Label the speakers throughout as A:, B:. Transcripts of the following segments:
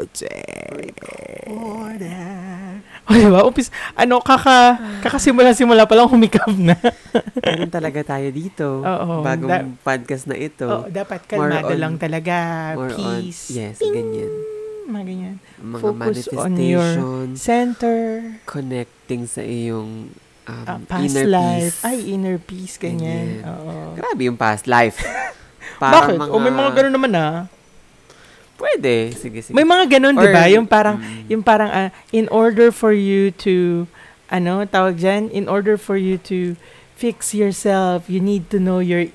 A: Recorded. O, diba? Umpis, ano, kaka, kakasimula-simula pa lang humikap na.
B: Ganun talaga tayo dito.
A: Oo,
B: Bagong
A: that-
B: podcast na ito.
A: Oo, dapat
B: more
A: kalmado
B: on-
A: lang talaga.
B: More on,
A: Peace.
B: yes,
A: Ping!
B: ganyan.
A: Mga ganyan.
B: Mga
A: Focus on your
B: manifestations,
A: Center.
B: connecting sa iyong um,
A: ah, past
B: inner
A: life.
B: peace.
A: Ay, inner peace, ganyan.
B: Ganyan.
A: Oo.
B: Grabe yung past life.
A: Bakit? O, may mga ganun naman ah.
B: Pwede. Sige, sige.
A: May mga ganun,
B: Or-
A: di ba? Yung parang,
B: Mm.
A: yung parang, ah, in order for you to, ano, tawag dyan, in order for you to fix yourself, you need to know your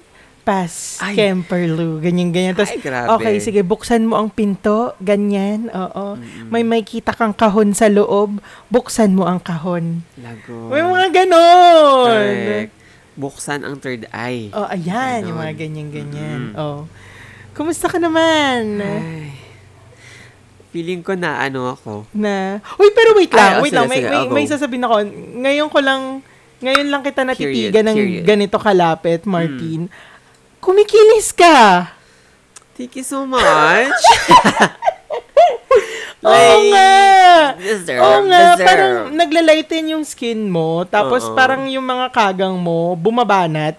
A: past
B: Ay.
A: camper, Lou. Ganyan, ganyan. Tapos,
B: Ay, grabe.
A: okay, sige, buksan mo ang pinto, ganyan, oo.
B: Mm-mm.
A: May makita kang kahon sa loob, buksan mo ang kahon.
B: Lago.
A: May mga ganon!
B: Oh. Correct. Buksan ang third eye.
A: Oh, ayan, yung mga
B: Ganon.
A: ganyan-ganyan.
B: Mm.
A: Oh. Kumusta ka naman?
B: Ay. Feeling ko na ano ako.
A: na Uy, pero wait lang,
B: Ay, oh,
A: wait
B: sige,
A: lang. May may,
B: sige, I'll go.
A: may sasabihin ako. Ngayon ko lang ngayon lang kita natitigan
B: Period,
A: ng
B: period. Hmm.
A: ganito kalapit, Martin. Kumikilis ka.
B: Thank you so much.
A: Oo nga.
B: Deserve,
A: Oo nga,
B: deserve.
A: parang naglalighten yung skin mo, tapos
B: Oo.
A: parang yung mga kagang mo bumabanat.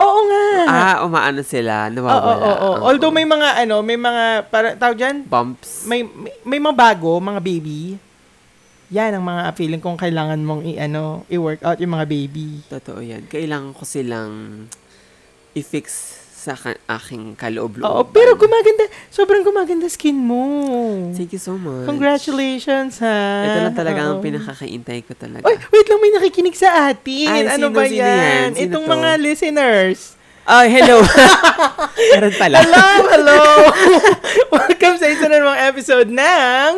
A: Oo nga.
B: Ah, umaano
A: oo,
B: sila,
A: oo,
B: nawawala.
A: oo. Although may mga ano, may mga para tawag dyan,
B: bumps.
A: may, may may mga bago, mga baby. Yan ang mga feeling kong kailangan mong i-ano, i-workout yung mga baby.
B: Totoo yan. Kailangan ko silang i-fix sa ka- aking kaloob
A: Oo, pero gumaganda, sobrang gumaganda skin mo.
B: Thank you so much.
A: Congratulations, ha?
B: Ito lang talaga
A: Oo.
B: ang pinakakaintay ko talaga.
A: Oy, wait lang, may nakikinig sa atin.
B: Ay,
A: ano
B: sino-
A: ba
B: sino
A: yan?
B: yan? Sino
A: Itong
B: to?
A: mga listeners.
B: Ay, hello! Meron pala.
A: Hello, hello! Welcome sa isa na namang episode ng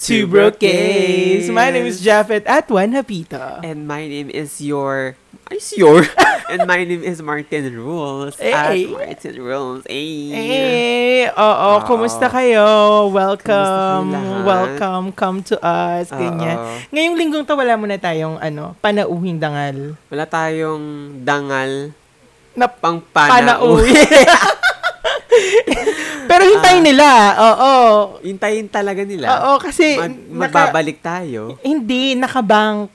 A: Two
B: Two
A: Brocades.
B: Brocades.
A: My name is Japheth at Juan Hapita.
B: And my name is your... Ay, is your? And my name is Martin Rules. At
A: Ay.
B: Martin Rules. Ay.
A: Hey, oo,
B: Wow.
A: kumusta kayo? Welcome,
B: Kumusta kayo lahat?
A: welcome, come to us,
B: Oo.
A: ganyan. Ngayong linggong to, wala muna tayong, ano, panauhing dangal.
B: Wala tayong dangal
A: Na
B: pang
A: panauhi.
B: panauhi.
A: Pero hintayin nila, oo.
B: Hintayin talaga Ah. nila.
A: Oo, kasi
B: Mag-
A: naka-
B: magbabalik tayo.
A: hindi, nakabank,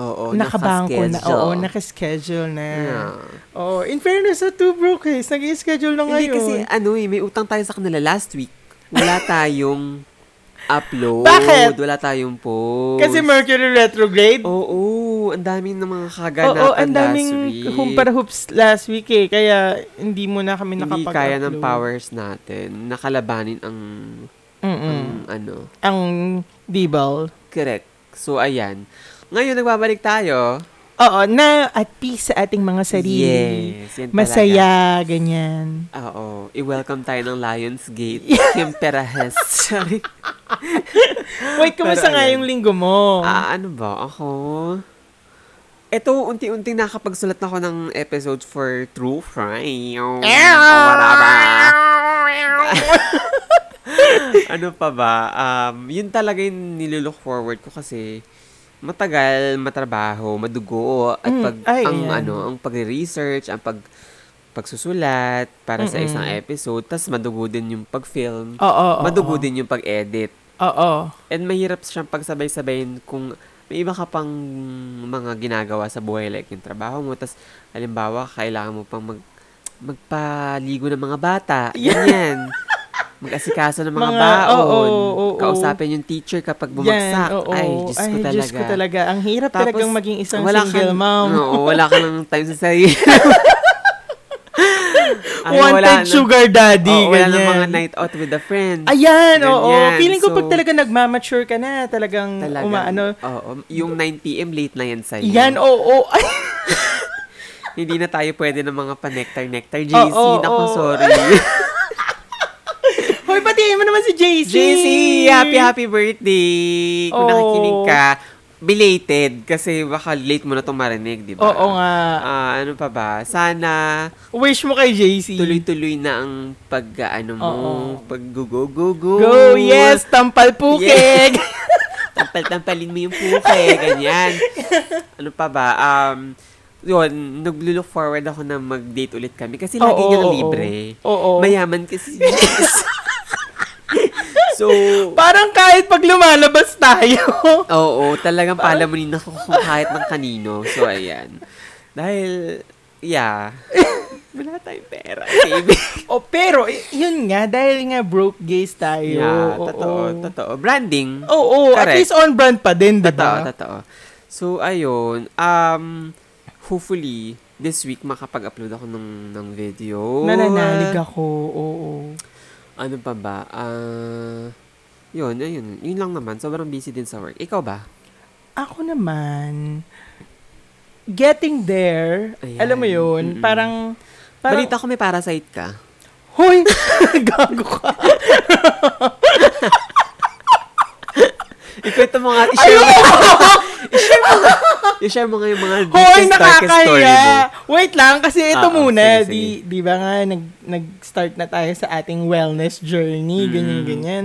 B: Oo,
A: nakabangko na,
B: nakaschedule.
A: oo, nakaschedule na.
B: Yeah.
A: Oo, in fairness sa two brokers, nag-schedule na
B: Hindi
A: ngayon.
B: kasi, ano eh, may utang tayo sa kanila last week. Wala tayong upload.
A: Bakit?
B: Wala tayong post.
A: Kasi Mercury retrograde.
B: Oo, ang daming ng mga kaganapan
A: Oo, ang
B: last
A: daming
B: week.
A: humpara hoops last week eh. Kaya hindi mo na kami
B: Hindi
A: nakapag-upload.
B: kaya ng powers natin. Nakalabanin ang, ang
A: Mm-mm.
B: ano,
A: Ang Dibal.
B: correct. So, ayan. Ngayon, nagbabalik tayo.
A: Oo, na at peace sa ating mga sarili.
B: Yes, yan talaga.
A: Masaya, ganyan.
B: Oo. I-welcome tayo ng Lionsgate. Kim Perahes. Sorry.
A: Wait, kumusta
B: Pero
A: nga
B: ayan.
A: yung linggo mo?
B: Ah, ano ba? Ako? Ito, unti-unting nakapagsulat na ako ng episodes for True Crime. O, whatever. ano pa ba? Um, yun talaga yung nililook forward ko kasi matagal, matrabaho, madugo, at
A: Mm,
B: pag,
A: ay,
B: ang,
A: ayan.
B: ano, ang pagre-research, ang pag, pagsusulat para sa
A: Mm-mm.
B: isang episode, tas madugo din yung pag-film,
A: Oo, oo, oo.
B: madugo din yung pag-edit.
A: Oo.
B: And mahirap siyang pagsabay-sabayin kung may iba ka pang mga ginagawa sa buhay like yung trabaho mo. Tapos, halimbawa, kailangan mo pang mag, magpaligo ng mga bata. Ganyan. Mag-asikaso ng mga,
A: Mga-
B: baon.
A: oo, oo, oo.
B: Kausapin yung teacher kapag
A: Yan,
B: bumagsak.
A: oo.
B: Ay, Diyos ko talaga.
A: Diyos ko talaga. Ang hirap
B: Tapos,
A: talagang maging isang
B: wala
A: single
B: kang-
A: mom.
B: Oo, wala ka ng time sa sarili. Ay, wala
A: Wanted
B: na-
A: sugar daddy,
B: Oo, wala
A: ganyan.
B: ng mga night out with the friends.
A: Ayan, oo.
B: Ganyan.
A: Feeling ko pag
B: So-
A: talaga nagmamature ka na, talagang
B: Talagang,
A: umaano.
B: Oo, yung 9pm late na yan sa'yo.
A: Yan, oh. oo. Ay,
B: Hindi na tayo pwede ng mga pa-nectar-nectar. JC,
A: Oo,
B: nako,
A: oo.
B: sorry.
A: hoy, batiin mo naman si JC.
B: JC, happy, happy birthday. Kung
A: Oo.
B: nakikinig ka, belated. Kasi baka late mo na itong marinig, di ba?
A: Oo nga.
B: Ah, ano pa ba? Sana
A: Wish mo kay JC.
B: tuloy-tuloy na ang pag, ah, ano mo,
A: Oo.
B: pag go, go, go, go.
A: Go, yes, tampal pukig.
B: Tampal-tampalin mo yung puke, ganyan. Ano pa ba? Um, yun, nag-look forward ako na mag-date ulit kami kasi lagi
A: Oo,
B: niyang
A: oo,
B: libre.
A: oo.
B: Mayaman kasi. Yes. So,
A: Parang kahit pag lumalabas tayo.
B: oo, talagang palamunin ako kung kahit ng kanino. So, ayan. Dahil, yeah. Wala tayong pera, baby.
A: o Oh, pero, y- yun nga, dahil nga broke gays tayo.
B: Yeah,
A: oo.
B: totoo, totoo. Branding.
A: Oo, at
B: Correct.
A: least on brand pa din, di
B: Totoo,
A: ba?
B: totoo. So, ayun. Um, hopefully, this week makapag-upload ako ng, ng video.
A: Nananalig ako, oo.
B: Ano pa ba? Ah, yun, ayun. Yun lang naman. Sobrang busy din sa work. Ikaw ba?
A: Ako naman, getting there,
B: Ayan.
A: alam mo yun,
B: Mm-mm.
A: parang, parang,
B: Balita ko may parasite ka.
A: Hoy! Gago ka.
B: Ikwento mo nga. I-share mo. I-share mo nga. I-share mo nga yung mga
A: Hoy,
B: deepest, darkest story mo.
A: nakakahiya. Wait lang, kasi ito
B: Ah, ah,
A: muna,
B: sige,
A: di, di ba nga, nag, nag-start na tayo sa ating wellness journey, ganyan,
B: Mm.
A: ganyan.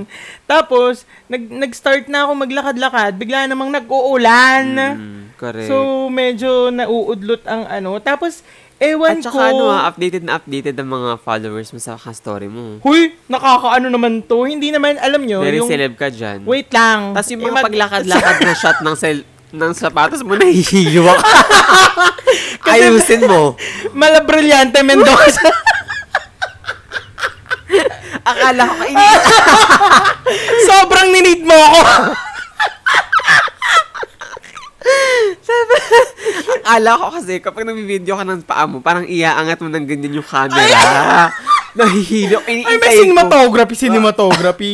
A: Tapos, nag, nag-start na ako maglakad-lakad, bigla namang nag-uulan.
B: Mm, correct.
A: So, medyo nauudlot ang ano. Tapos, ewan
B: At
A: ko,
B: saka ano ah, updated na updated ang mga followers mo sa story mo.
A: huy, nakakaano naman to. Hindi naman, alam nyo,
B: Very
A: yung,
B: celeb ka dyan.
A: wait lang.
B: Tapos Mm. yung
A: Eh,
B: mga
A: mag-
B: paglakad-lakad na shot ng sel ng sapatos mo, nahihiwa ka. Ayusin mo.
A: Malabrilyante Mendoza.
B: Akala ko kainin.
A: Sobrang ninid mo ako.
B: Akala ko kasi kapag nabibideo ka ng paa mo, parang iaangat mo ng ganyan yung camera. Nahihilo.
A: Ay,
B: Iniintay
A: may
B: ko.
A: cinematography, cinematography.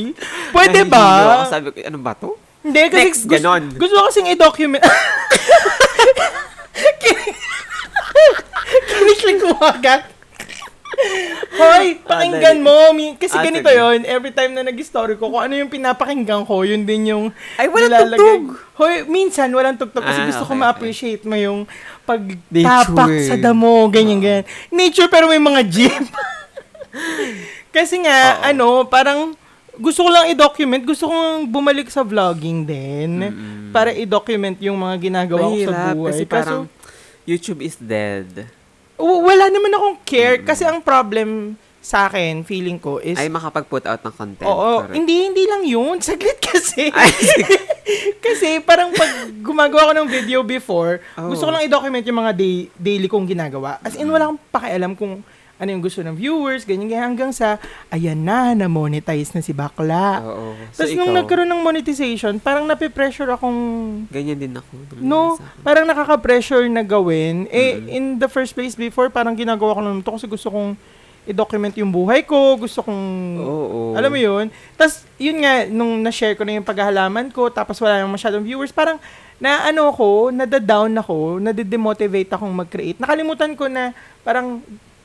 A: Pwede
B: Nahihilo
A: ba?
B: ako. Sabi ko, ano ba to?
A: Hindi, kasi
B: Next,
A: gusto,
B: ganon.
A: gusto ko kasing i-document. Kin- Kiniklik mo agad. Hoy, pakinggan
B: Ah, dali.
A: mo. Mi- Kasi
B: Ah,
A: ganito
B: sige.
A: yon Every time na nag-story ko, kung ano yung pinapakinggan ko, yun din yung
B: Ay, walang
A: nilalagay.
B: tugtog.
A: Hoy, minsan walang tugtog kasi
B: Ah,
A: gusto ko
B: okay,
A: ma-appreciate mo yung pagtapak
B: Nature.
A: sa damo, ganyan, ganyan. Nature pero may mga jeep. Kasi nga,
B: Oo.
A: ano, parang gusto ko lang i-document. Gusto kong bumalik sa vlogging din. Para i-document yung mga ginagawa ko sa
B: Mahirap.
A: buhay.
B: Kasi
A: Kaso,
B: parang, YouTube is dead.
A: w- wala naman akong care. Kasi ang problem sa akin, feeling ko, is...
B: Ay, makapag-put out ng content.
A: Oo,
B: Correct.
A: hindi, hindi lang yun. Saglit kasi.
B: Ay, sige.
A: kasi parang pag gumagawa ko ng video before,
B: Oo.
A: gusto ko lang i-document yung mga day- daily kong ginagawa. As in, wala akong pakialam kung ano yung gusto ng viewers, ganyan, ganyan. Hanggang sa, ayan na, na-monetize na si bakla.
B: Oo. So,
A: Tapos nung
B: ikaw,
A: nagkaroon ng monetization, parang nape-pressure akong,
B: Ganyan din ako. nung
A: no,
B: nasa-
A: parang nakaka-pressure na gawin. Eh,
B: Mm-hmm.
A: in the first place before, parang ginagawa ko lang ito kasi gusto kong i-document yung buhay ko, gusto kong
B: Oo.
A: alam mo yun? Tapos, yun nga, nung na-share ko na yung paghahalaman ko, tapos wala nang masyadong viewers, parang, na ano ko, nadadown ako, nade-demotivate akong mag-create. Nakalimutan ko na, parang,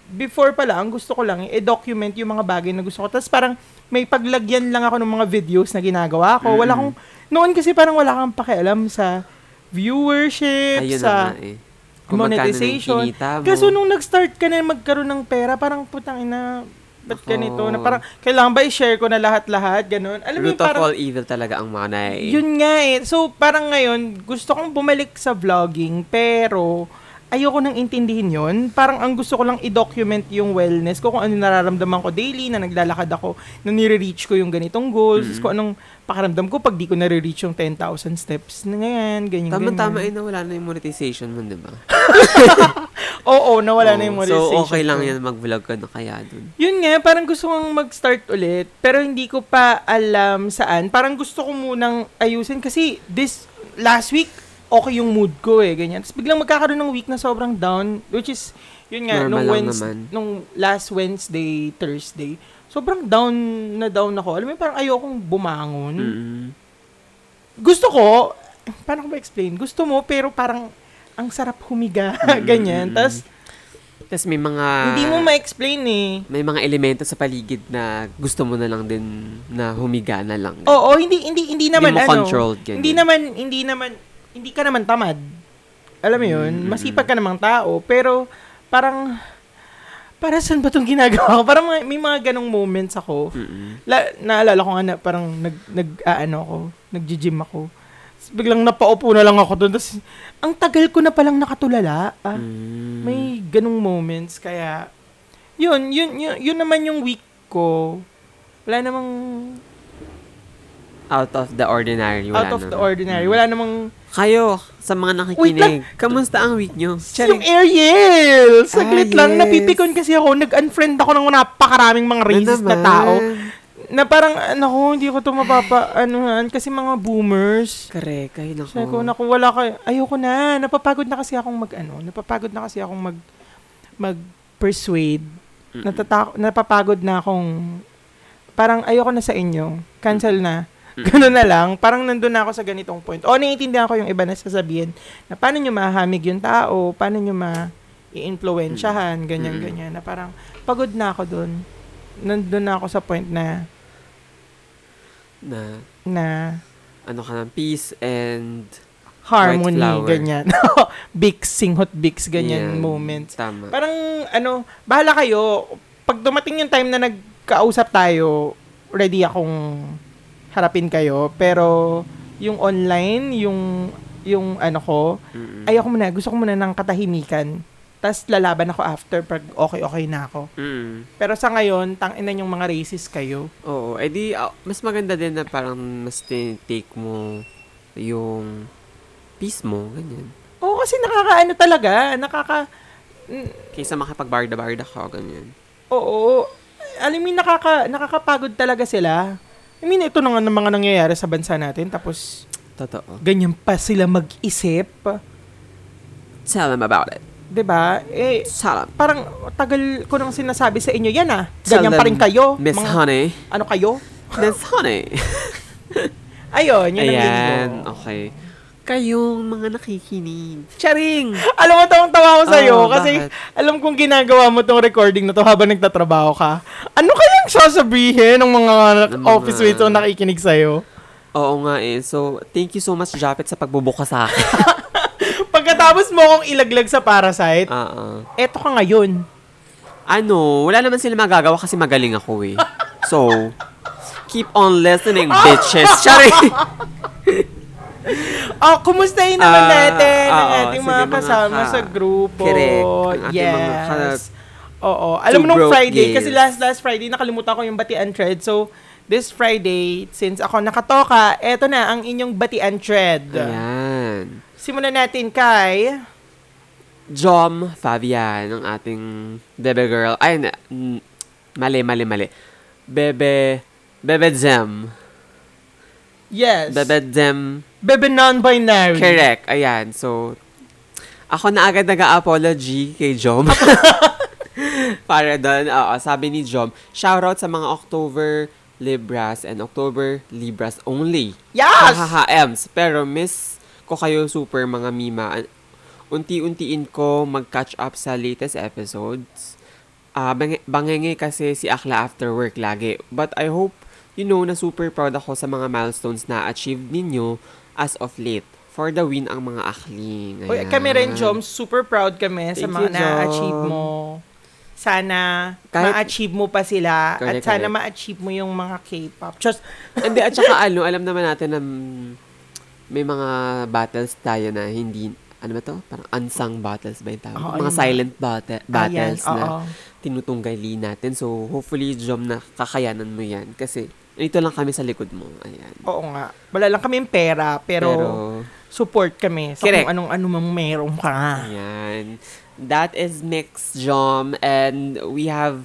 A: before pa lang, gusto ko lang, i-document yung mga bagay na gusto ko. Tapos parang, may paglagyan lang ako ng mga videos na ginagawa ko. Wala akong, noon kasi parang wala kang pakialam sa viewership,
B: Ayun
A: sa...
B: na nga eh. Kung magkano na yung
A: monetization.
B: kinita mo.
A: Kaso nung nag-start ka na magkaroon ng pera, parang putang ina, ba't
B: Ako.
A: ganito? Na parang, kailangan ba i-share ko na lahat-lahat? Ganun. Alam mo
B: Root
A: yun,
B: of
A: parang,
B: all evil talaga ang manay.
A: yun nga eh. So, parang ngayon, gusto kong bumalik sa vlogging, pero ayoko nang intindihin yon Parang ang gusto ko lang i-document yung wellness ko, kung ano nararamdaman ko daily, na naglalakad ako, na nire-reach ko yung ganitong goals,
B: Mm-hmm.
A: kung anong pakiramdam ko pag di ko nare-reach yung 10,000 steps na yan, ganyan,
B: Tama-tama
A: ganyan.
B: ay Eh, nawala na yung monetization mo, di ba?
A: Oo, nawala na
B: Oo.
A: yung monetization.
B: So, okay lang
A: ko.
B: yan mag-vlog ka na kaya dun.
A: Yun nga, parang gusto kong mag-start ulit, pero hindi ko pa alam saan. Parang gusto ko munang ayusin kasi this last week, okay yung mood ko eh, ganyan. Tapos biglang magkakaroon ng week na sobrang down, which is, yun nga,
B: Normal
A: nung,
B: lang
A: Wednes-
B: naman.
A: nung last Wednesday, Thursday, sobrang down na down ako. Alam mo, yun, parang ayokong bumangon.
B: Mm-mm.
A: Gusto ko, paano ko ba-explain? Gusto mo, pero parang ang sarap humiga,
B: Hmm.
A: ganyan. Tapos,
B: Tapos may mga...
A: hindi mo ma-explain eh.
B: May mga elemento sa paligid na gusto mo na lang din na humiga na lang.
A: Oo, hindi hindi hindi naman
B: mo
A: ano.
B: controlled, ganyan.
A: Hindi naman hindi naman hindi ka naman tamad. Alam mo 'yun,
B: Mm-hmm.
A: masipag ka namang tao, pero parang para saan ba 'tong ginagawa ko? Parang may, may mga ganong moments ako.
B: Mm-mm.
A: La, naalala ko nga na parang nag nag aano ako, nagji-gym ako. Tapos biglang napaupo na lang ako doon. Tapos, ang tagal ko na palang nakatulala. Ah,
B: Mm.
A: May ganong moments. Kaya, yun, yun, yun, yun naman yung week ko. Wala namang
B: out of the ordinary. Wala
A: out of
B: naman.
A: the ordinary. Wala namang...
B: Kayo, sa mga nakikinig, kamusta ang week nyo?
A: Yung Ariel! Saglit
B: Ah,
A: lang,
B: yes.
A: napipikon kasi ako. Nag-unfriend ako ng napakaraming mga racist na,
B: naman.
A: tao. Na parang, ano, hindi ko to mapapa, anuhan, kasi mga boomers.
B: Correct, kayo nako.
A: Sabi ko, naku, wala kayo. Ayoko na. Napapagod na kasi akong mag, ano, napapagod na kasi akong mag, mag-persuade.
B: Mm-mm.
A: Natata- napapagod na akong, parang ayoko na sa inyo. Cancel na. Ganun na lang. Parang nandun na ako sa ganitong point. O, naiintindihan ko yung iba na sasabihin na paano nyo mahamig yung tao, paano nyo ma i-influensyahan, ganyan,
B: Mm.
A: ganyan. Na parang, pagod na ako dun. Nandun na ako sa point na,
B: Na,
A: na,
B: ano ka ng peace and...
A: harmony,
B: flower.
A: ganyan. big singhot bigs, ganyan
B: Yan,
A: moments.
B: Tama.
A: Parang, ano, bahala kayo. Pag dumating yung time na nagkausap tayo, ready akong harapin kayo. Pero, yung online, yung, yung ano ko,
B: Mm-mm.
A: ayoko muna, gusto ko muna ng katahimikan. Tapos lalaban ako after pag okay-okay na ako.
B: Mm-mm.
A: Pero sa ngayon, tanginan yung mga racist kayo.
B: Oo, edi ah, mas maganda din na parang mas tinitake mo yung peace mo, ganyan.
A: Oo, kasi nakakaano talaga. Nakaka,
B: Kaysa makapagbarda-barda ka, ganyan.
A: Oo. Alam mo, nakaka, nakakapagod talaga sila. I mean, ito na nga ng mga nangyayari sa bansa natin. Tapos,
B: Totoo.
A: ganyan pa sila mag-isip.
B: Tell them about it.
A: 'Di ba? Eh,
B: Tell them.
A: parang tagal ko nang sinasabi sa inyo, yan ah.
B: Tell
A: Ganyan pa rin
B: them,
A: kayo.
B: Miss
A: Mga-
B: Honey.
A: ano kayo?
B: Miss Honey.
A: Ayun, yun ang
B: Ayan,
A: leads ko.
B: okay. Kayong mga nakikinig. Charing!
A: Alam mo, tawang tawa ko sa'yo
B: Oo,
A: kasi
B: Oh, bakit?
A: alam kong ginagawa mo tong recording na to habang nagtatrabaho ka. Ano kayang sasabihin ng mga
B: Ng mga-
A: office mates na nakikinig sa'yo?
B: Oo nga eh. So, thank you so much, Japet, sa pagbubuka sa akin.
A: Pagkatapos mo akong ilaglag sa Parasite,
B: Oo.
A: eto ka ngayon.
B: Ano, wala naman sila magagawa kasi magaling ako eh. So, keep on listening, bitches. Charing!
A: Oh, kumustahin naman
B: Ah,
A: natin ang
B: oo,
A: ating
B: sige,
A: mga
B: mga
A: kasama
B: ka-
A: sa grupo.
B: Correct. Ang ating
A: yes.
B: mga ka-
A: Oo. Alam mo
B: Two
A: nung
B: broke
A: Friday,
B: gays.
A: kasi last last Friday, nakalimutan ko yung batian thread. So, this Friday, since ako nakatoka, eto na ang inyong batian thread.
B: Ayan.
A: Simulan natin kay...
B: Jom Fabian, ang ating bebe girl. Ay, na- n- mali, mali, mali. Bebe, bebe Zem.
A: Yes.
B: Bebe Zem.
A: Bebe non-binary.
B: Correct. Ayan, so, ako na agad nag-apology kay Jom. Para doon, oo, sabi ni Jom, shoutout sa mga October Libras and October Libras only.
A: Yes!
B: HHMs. Pero miss ko kayo super mga mima. Unti-untiin ko mag-catch up sa latest episodes. Ah, bang- bangenge kasi si Akla after work lagi. But I hope you know na super proud ako sa mga milestones na achieved ninyo as of late. For the win ang mga akling.
A: Uy,
B: Ayan.
A: kami rin, Jom, super proud kami sa
B: Thank
A: mga
B: you, Jom.
A: na-achieve mo. Sana
B: Kahit-
A: ma-achieve mo pa sila
B: Correct,
A: at sana
B: correct.
A: ma-achieve mo yung mga K-pop. Just,
B: Hindi, at saka ano, alam naman natin na mm, may mga battles tayo na hindi, ano ba to? Parang unsung battles ba yung tawag?
A: Oo, yun.
B: mga silent bate- battles
A: Ayan,
B: na
A: oo.
B: tinutunggali natin. So, hopefully, Jom, na kakayanan mo yan. Kasi, dito lang kami sa likod mo. Ayan.
A: Oo nga. Wala lang kami yung pera, pero, support kami sa kung
B: Correct.
A: anong-ano mang meron ka.
B: Ayan. That is Mix Jom. And we have,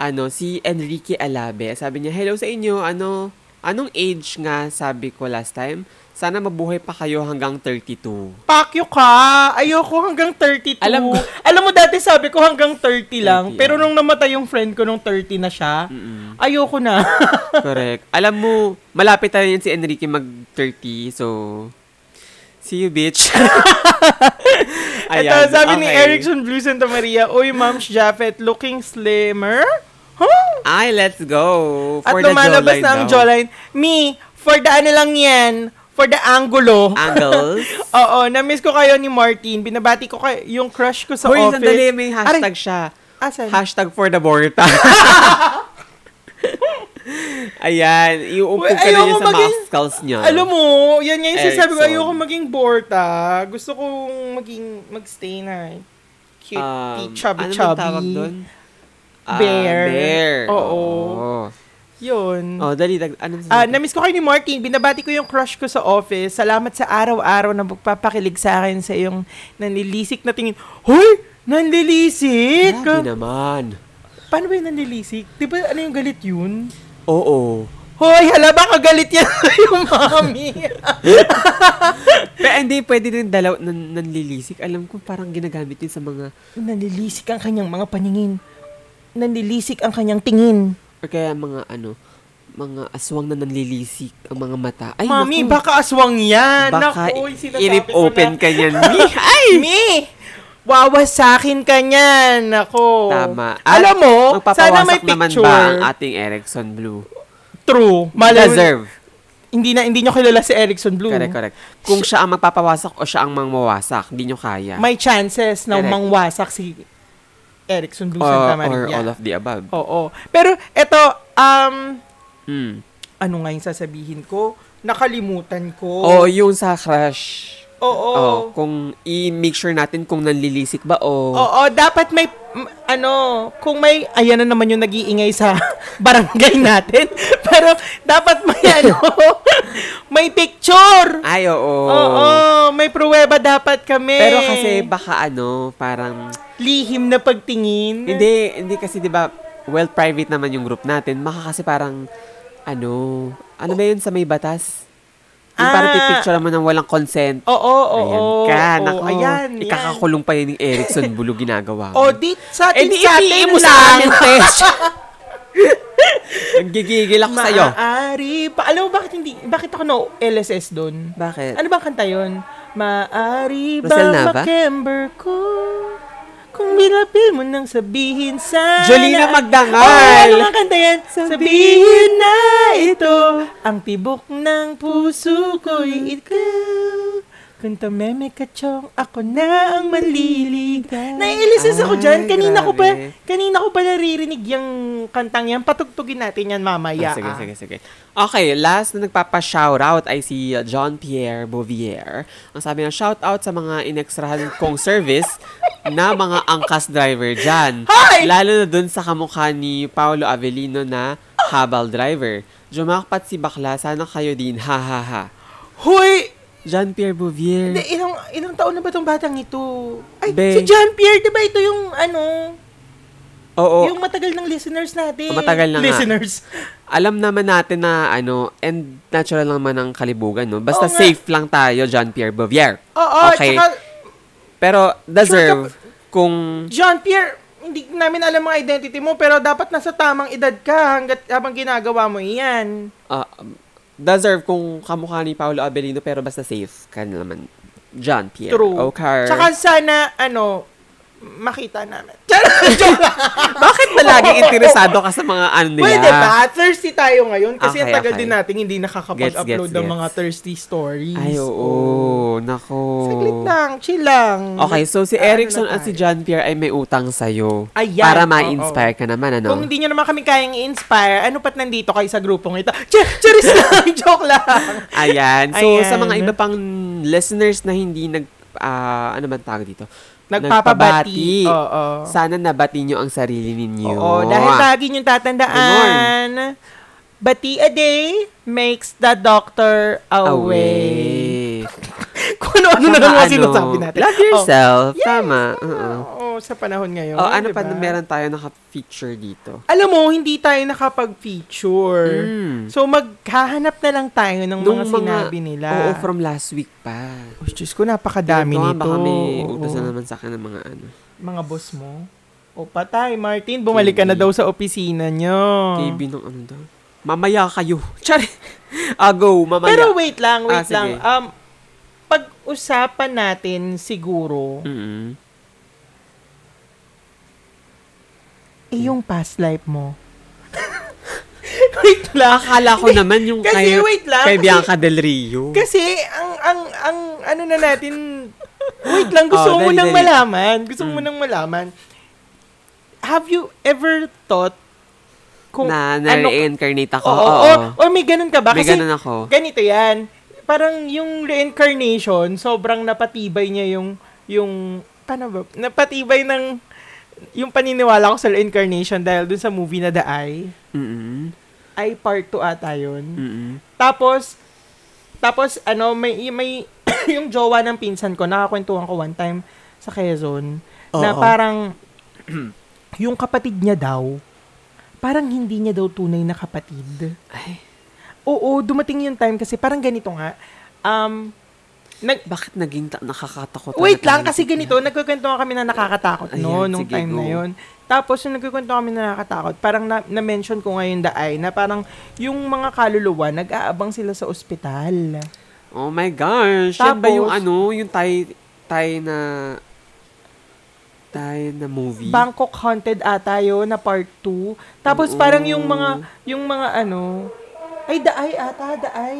B: ano, si Enrique Alabe. Sabi niya, hello sa inyo. Ano, anong age nga sabi ko last time? Sana mabuhay pa kayo hanggang 32.
A: Pakyo ka! Ayoko hanggang 32.
B: Alam ko.
A: Alam mo, dati sabi ko hanggang 30 lang.
B: 30,
A: Pero
B: ah.
A: nung namatay yung friend ko nung 30 na siya,
B: Mm-mm.
A: ayoko na.
B: Correct. Alam mo, malapit na yun si Enrique mag-30. So, see you, bitch.
A: Ito, sabi ni
B: okay.
A: Erickson Blue Santa Maria, Uy, Ma'am Jaffet, looking slimmer? Huh?
B: Ay, let's go.
A: At
B: For the
A: lumalabas
B: jawline
A: na ang
B: daw.
A: jawline. Me, for the ano lang yan, for the angulo.
B: Ah. Angles.
A: Oo, na-miss ko kayo ni Martin. Binabati ko kayo, yung crush ko sa
B: Hoy,
A: office.
B: sandali, may
A: Aray,
B: hashtag siya.
A: asan?
B: Hashtag for the borta. Ayan, iuupo
A: Uy,
B: ka na niya
A: ayoko
B: sa
A: maging-
B: muscles niya.
A: Alam mo, yan nga yung sinasabi ko,
B: Erickson.
A: ayoko maging borta. Gusto kong maging, magstay na cute,
B: Um,
A: chubby,
B: ano bang
A: chubby.
B: tawag doon? Ah,
A: Bear.
B: bear.
A: Oo. Yun.
B: Oh, dali. Dag- anong
A: Ah,
B: sasabi?
A: namiss ko kayo ni Marky. Binabati ko yung crush ko sa office. Salamat sa araw-araw na magpapakilig sa akin sa iyong nanilisik na tingin. Hoy! Nanlilisik!
B: Grabe naman.
A: Paano ba yung nanlilisik? Di ba ano yung galit yun?
B: Oo.
A: Hoy, hala baka galit yan yung mami.
B: Pero hindi, pwede din dalaw nan- nanlilisik. Alam ko parang ginagamit yun sa mga,
A: nanlilisik ang kanyang mga paningin. Nanlilisik ang kanyang tingin.
B: or kaya mga ano, mga aswang na nanlilisik ang mga mata. Ay,
A: mami,
B: naku.
A: baka aswang yan.
B: Baka
A: Naku, yung sinasabi
B: irip
A: ko
B: open
A: na.
B: ka niyan. Mi.
A: Ay! Mi! Wawas sa akin ka niyan. Ako.
B: Tama.
A: Alam mo,
B: Magpapawasak
A: Oh, sana may
B: naman
A: picture.
B: ba ang ating Erickson Blue?
A: True. Malay mo-
B: Deserve.
A: Hindi na hindi nyo kilala si Erickson Blue.
B: Correct, correct. Kung siya ang magpapawasak o siya ang mangwawasak, hindi nyo kaya.
A: May chances na
B: Correct.
A: mangwasak si Erickson Blue
B: or,
A: Santa
B: or
A: Maria.
B: all of the above.
A: Oo. Pero eto, um,
B: Mm.
A: ano nga yung sasabihin ko? Nakalimutan ko.
B: O Oh, yung sa crush.
A: Oo.
B: Oh, kung i-make sure natin kung nanlilisik ba o...
A: Oo, dapat may, m- ano, kung may, ayan na naman yung nag-iingay sa barangay natin. Pero, dapat may, ano, may picture.
B: Ay, oo.
A: Oo, may pruweba dapat kami.
B: Pero kasi baka ano, parang...
A: lihim na pagtingin.
B: Hindi, hindi kasi 'di ba well private naman yung group natin. Maka kasi parang ano, ano ba 'yun sa may batas? Yung parang
A: Ah.
B: pipicture mo ng walang consent.
A: Oo, oo,
B: ayan
A: oo.
B: ka,
A: oo,
B: nako.
A: ayan, yan.
B: Ikakakulong pa yun yung Erickson Bulo ginagawa.
A: O, di, sa atin,
B: eh di
A: sa
B: ipiin
A: atin
B: mo sa
A: lang.
B: amin, Tesh. Nagigigil ako sa'yo.
A: Maaari pa. Alam mo bakit hindi, bakit ako na LSS doon?
B: Bakit?
A: Ano bang kanta yun? Maari ba
B: Rosel Eh. Nava?
A: makember ko? Kung binapil mo nang sabihin sana.
B: Jolina Magdangal!
A: Oh, ano nga kanta yan?
B: Sabihin
A: Sabihin na ito, ang tibok ng puso ko'y ikaw. Kung tameme ka chong, ako na ang maliligaw. Naiilisis ako
B: Ay,
A: dyan. Kanina ko pa,
B: grabe.
A: kanina ko pa naririnig yung kantang yan. Patugtugin natin yan mamaya.
B: Ah, sige,
A: ah.
B: sige, sige. Okay, last na nagpapa-shoutout ay si uh, Jean-Pierre Bouvier. Ang sabi ng shoutout sa mga inextrahan kong service na mga angkas driver dyan.
A: Hi!
B: Lalo na dun sa kamukha ni Paolo Avellino na habal driver. Jumakpat si bakla, sana kayo din, ha ha ha.
A: Hoy!
B: Jean-Pierre Bouvier.
A: Hindi, ilang, ilang taon na ba tong batang ito? Ay, si
B: Be.
A: John Pierre, di ba ito yung ano,
B: Oo,
A: yung matagal ng listeners natin.
B: Oh, matagal na nga.
A: Listeners.
B: alam naman natin na ano, and natural naman ang kalibugan, no? Basta
A: Oo nga.
B: safe lang tayo, Jean-Pierre Bouvier.
A: Oo,
B: Okay.
A: tsaka
B: Pero deserve kung...
A: John Pierre, hindi namin alam ang identity mo, pero dapat nasa tamang edad ka hanggat habang ginagawa mo iyan.
B: Ah, um, deserve kung kamukha ni Paolo Abelino pero basta safe ka na naman. John Pierre.
A: True.
B: Ocar.
A: Tsaka sana, ano, makita namin. Charot! Joke lang.
B: bakit ba laging interesado ka sa mga ano nila?
A: Pwede ba? Thirsty tayo ngayon kasi
B: Okay,
A: ang tagal
B: okay.
A: din natin hindi nakakapag-upload
B: Gets, gets,
A: ng
B: gets.
A: mga thirsty stories.
B: Ay, oo. Nako.
A: Saglit lang, chill lang.
B: Okay, so si
A: Ano na
B: Erickson at si
A: tayo?
B: John Pierre ay may utang sa'yo.
A: Ayan,
B: para
A: oo.
B: ma-inspire ka naman, ano?
A: Kung hindi nyo naman kami kayang i-inspire, ano pat nandito kayo sa grupong ito? Ch- charis lang! Joke lang!
B: Ayan. So, sa
A: Ayan.
B: mga iba pang listeners na hindi nag... ah, ano man tawag dito?
A: Nagpapabati.
B: Nagpabati.
A: Oo.
B: Sana nabati nyo ang sarili ninyo.
A: Oh. Oo, dahil lagi nyo tatandaan, bati a day makes the doctor away.
B: away.
A: Kung ano na
B: Tama,
A: lang mga
B: ano,
A: sinasabi natin. Oh.
B: Love
A: Oo.
B: yourself. Tama. Oo.
A: Oo, sa panahon ngayon.
B: Oh, ano pa
A: diba?
B: na meron tayo naka-feature dito?
A: Alam mo, hindi tayo nakapag-feature.
B: Mm.
A: So, maghahanap na lang tayo ng
B: Nung
A: mga sinabi nila.
B: Oo, from last week pa.
A: Oh, Diyos ko, napakadami
B: Ito nga,
A: nito.
B: Baka may
A: Oo.
B: utos na naman sa akin ng mga ano.
A: mga boss mo. O patay, Martin, bumalik ka na daw sa opisina nyo.
B: KB nung ano daw. Mamaya kayo. Chari. Ah, go. Mamaya.
A: Pero wait lang,
B: Ah,
A: wait
B: sige.
A: lang. Um, pag-usapan natin siguro,
B: Mm-mm.
A: eh, yung past life mo. wait lang.
B: Akala ko naman yung
A: Kasi
B: kay,
A: wait lang,
B: kay
A: kasi-
B: Bianca Del Rio.
A: Kasi, ang, ang, ang, ano na natin, wait lang, gusto mo
B: Oh, dali,
A: nang
B: dali. Hmm.
A: malaman. Gusto mo nang malaman. Have you ever thought kung
B: na
A: ano
B: na-reincarnate ako.
A: Oo,
B: Oo.
A: or, or may ganun ka ba?
B: May
A: Kasi
B: ganun ako.
A: ganito yan. Parang yung reincarnation, sobrang napatibay niya yung, yung, paano ba? Napatibay ng, yung paniniwala ko sa reincarnation dahil dun sa movie na The Eye.
B: Mm-mm.
A: ay part 2 ata yun.
B: Mm-mm.
A: Tapos, tapos ano, may, may yung jowa ng pinsan ko, nakakwentuhan ko one time sa Quezon, na
B: Oo.
A: parang yung kapatid niya daw, parang hindi niya daw tunay na kapatid.
B: Ay,
A: Oo, dumating yung time kasi parang ganito nga. Um, nag,
B: bakit naging ta- nakakatakot?
A: Wait lang, kasi ganito, nagkukwento kami na nakakatakot no,
B: Ayan,
A: nung
B: sige,
A: time na
B: go.
A: yun. Tapos, yung nagkukwento kami na nakakatakot, parang na- na-mention ko ngayon daay na parang yung mga kaluluwa, nag-aabang sila sa ospital.
B: Oh my gosh! Yan ba
A: Tapos-
B: yung ano, yung Thai, Thai na, Thai na movie?
A: Bangkok Haunted ata yun, na part 2. Tapos,
B: Oo.
A: parang yung mga, yung mga ano, ay, daay ata, daay.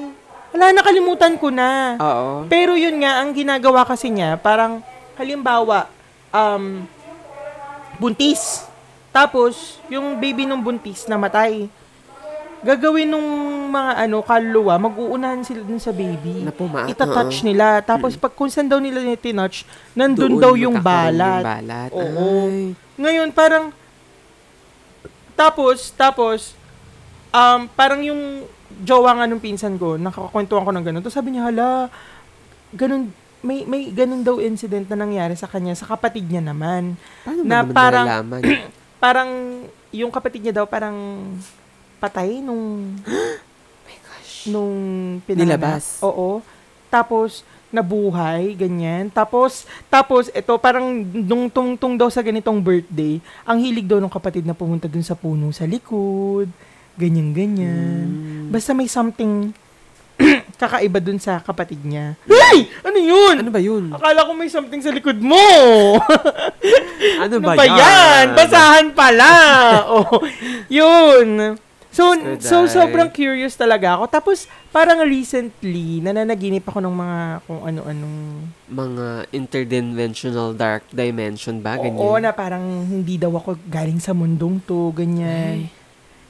A: Wala, nakalimutan ko na.
B: Oo.
A: Pero yun nga, ang ginagawa kasi niya, parang, halimbawa, um, buntis. Tapos, yung baby nung buntis namatay. Gagawin nung mga ano, kaluluwa, mag-uunahan sila dun sa baby.
B: Na puma-
A: Itatouch nila. Tapos, pag kung saan daw nila tinouch, nandun
B: Doon
A: daw yung
B: magkakaroon
A: balat.
B: Yung balat.
A: Oo.
B: Ay.
A: Ngayon, parang, tapos, tapos, um, parang yung jowa nga nung pinsan ko, nakakakwentuhan ko ng ganun. Tapos sabi niya, hala, ganun, may, may ganun daw incident na nangyari sa kanya, sa kapatid niya naman.
B: Paano
A: Na
B: na naman
A: parang-
B: malalaman?
A: Parang, yung kapatid niya daw, parang patay nung,
B: Oh my gosh.
A: nung pinanganak.
B: Nilabas.
A: Oo. Tapos, nabuhay, ganyan. Tapos, tapos, ito, parang nung tungtong daw sa ganitong birthday, ang hilig daw ng kapatid na pumunta dun sa puno sa likod, ganyan-ganyan.
B: Mm.
A: Basta may something kakaiba dun sa kapatid niya. Hey! Ano yun?
B: Hmm. Ano ba yun?
A: Akala ko may something sa likod mo.
B: Ano
A: ano
B: ba,
A: ba yan? Basahan pala. oh, yun. So,
B: Sir
A: so
B: Dai.
A: sobrang curious talaga ako. Tapos, parang recently, nananaginip ako ng mga kung ano-anong...
B: Mga interdimensional dark dimension ba? Ganyan.
A: Oo, na parang hindi daw ako galing sa mundong to, ganyan.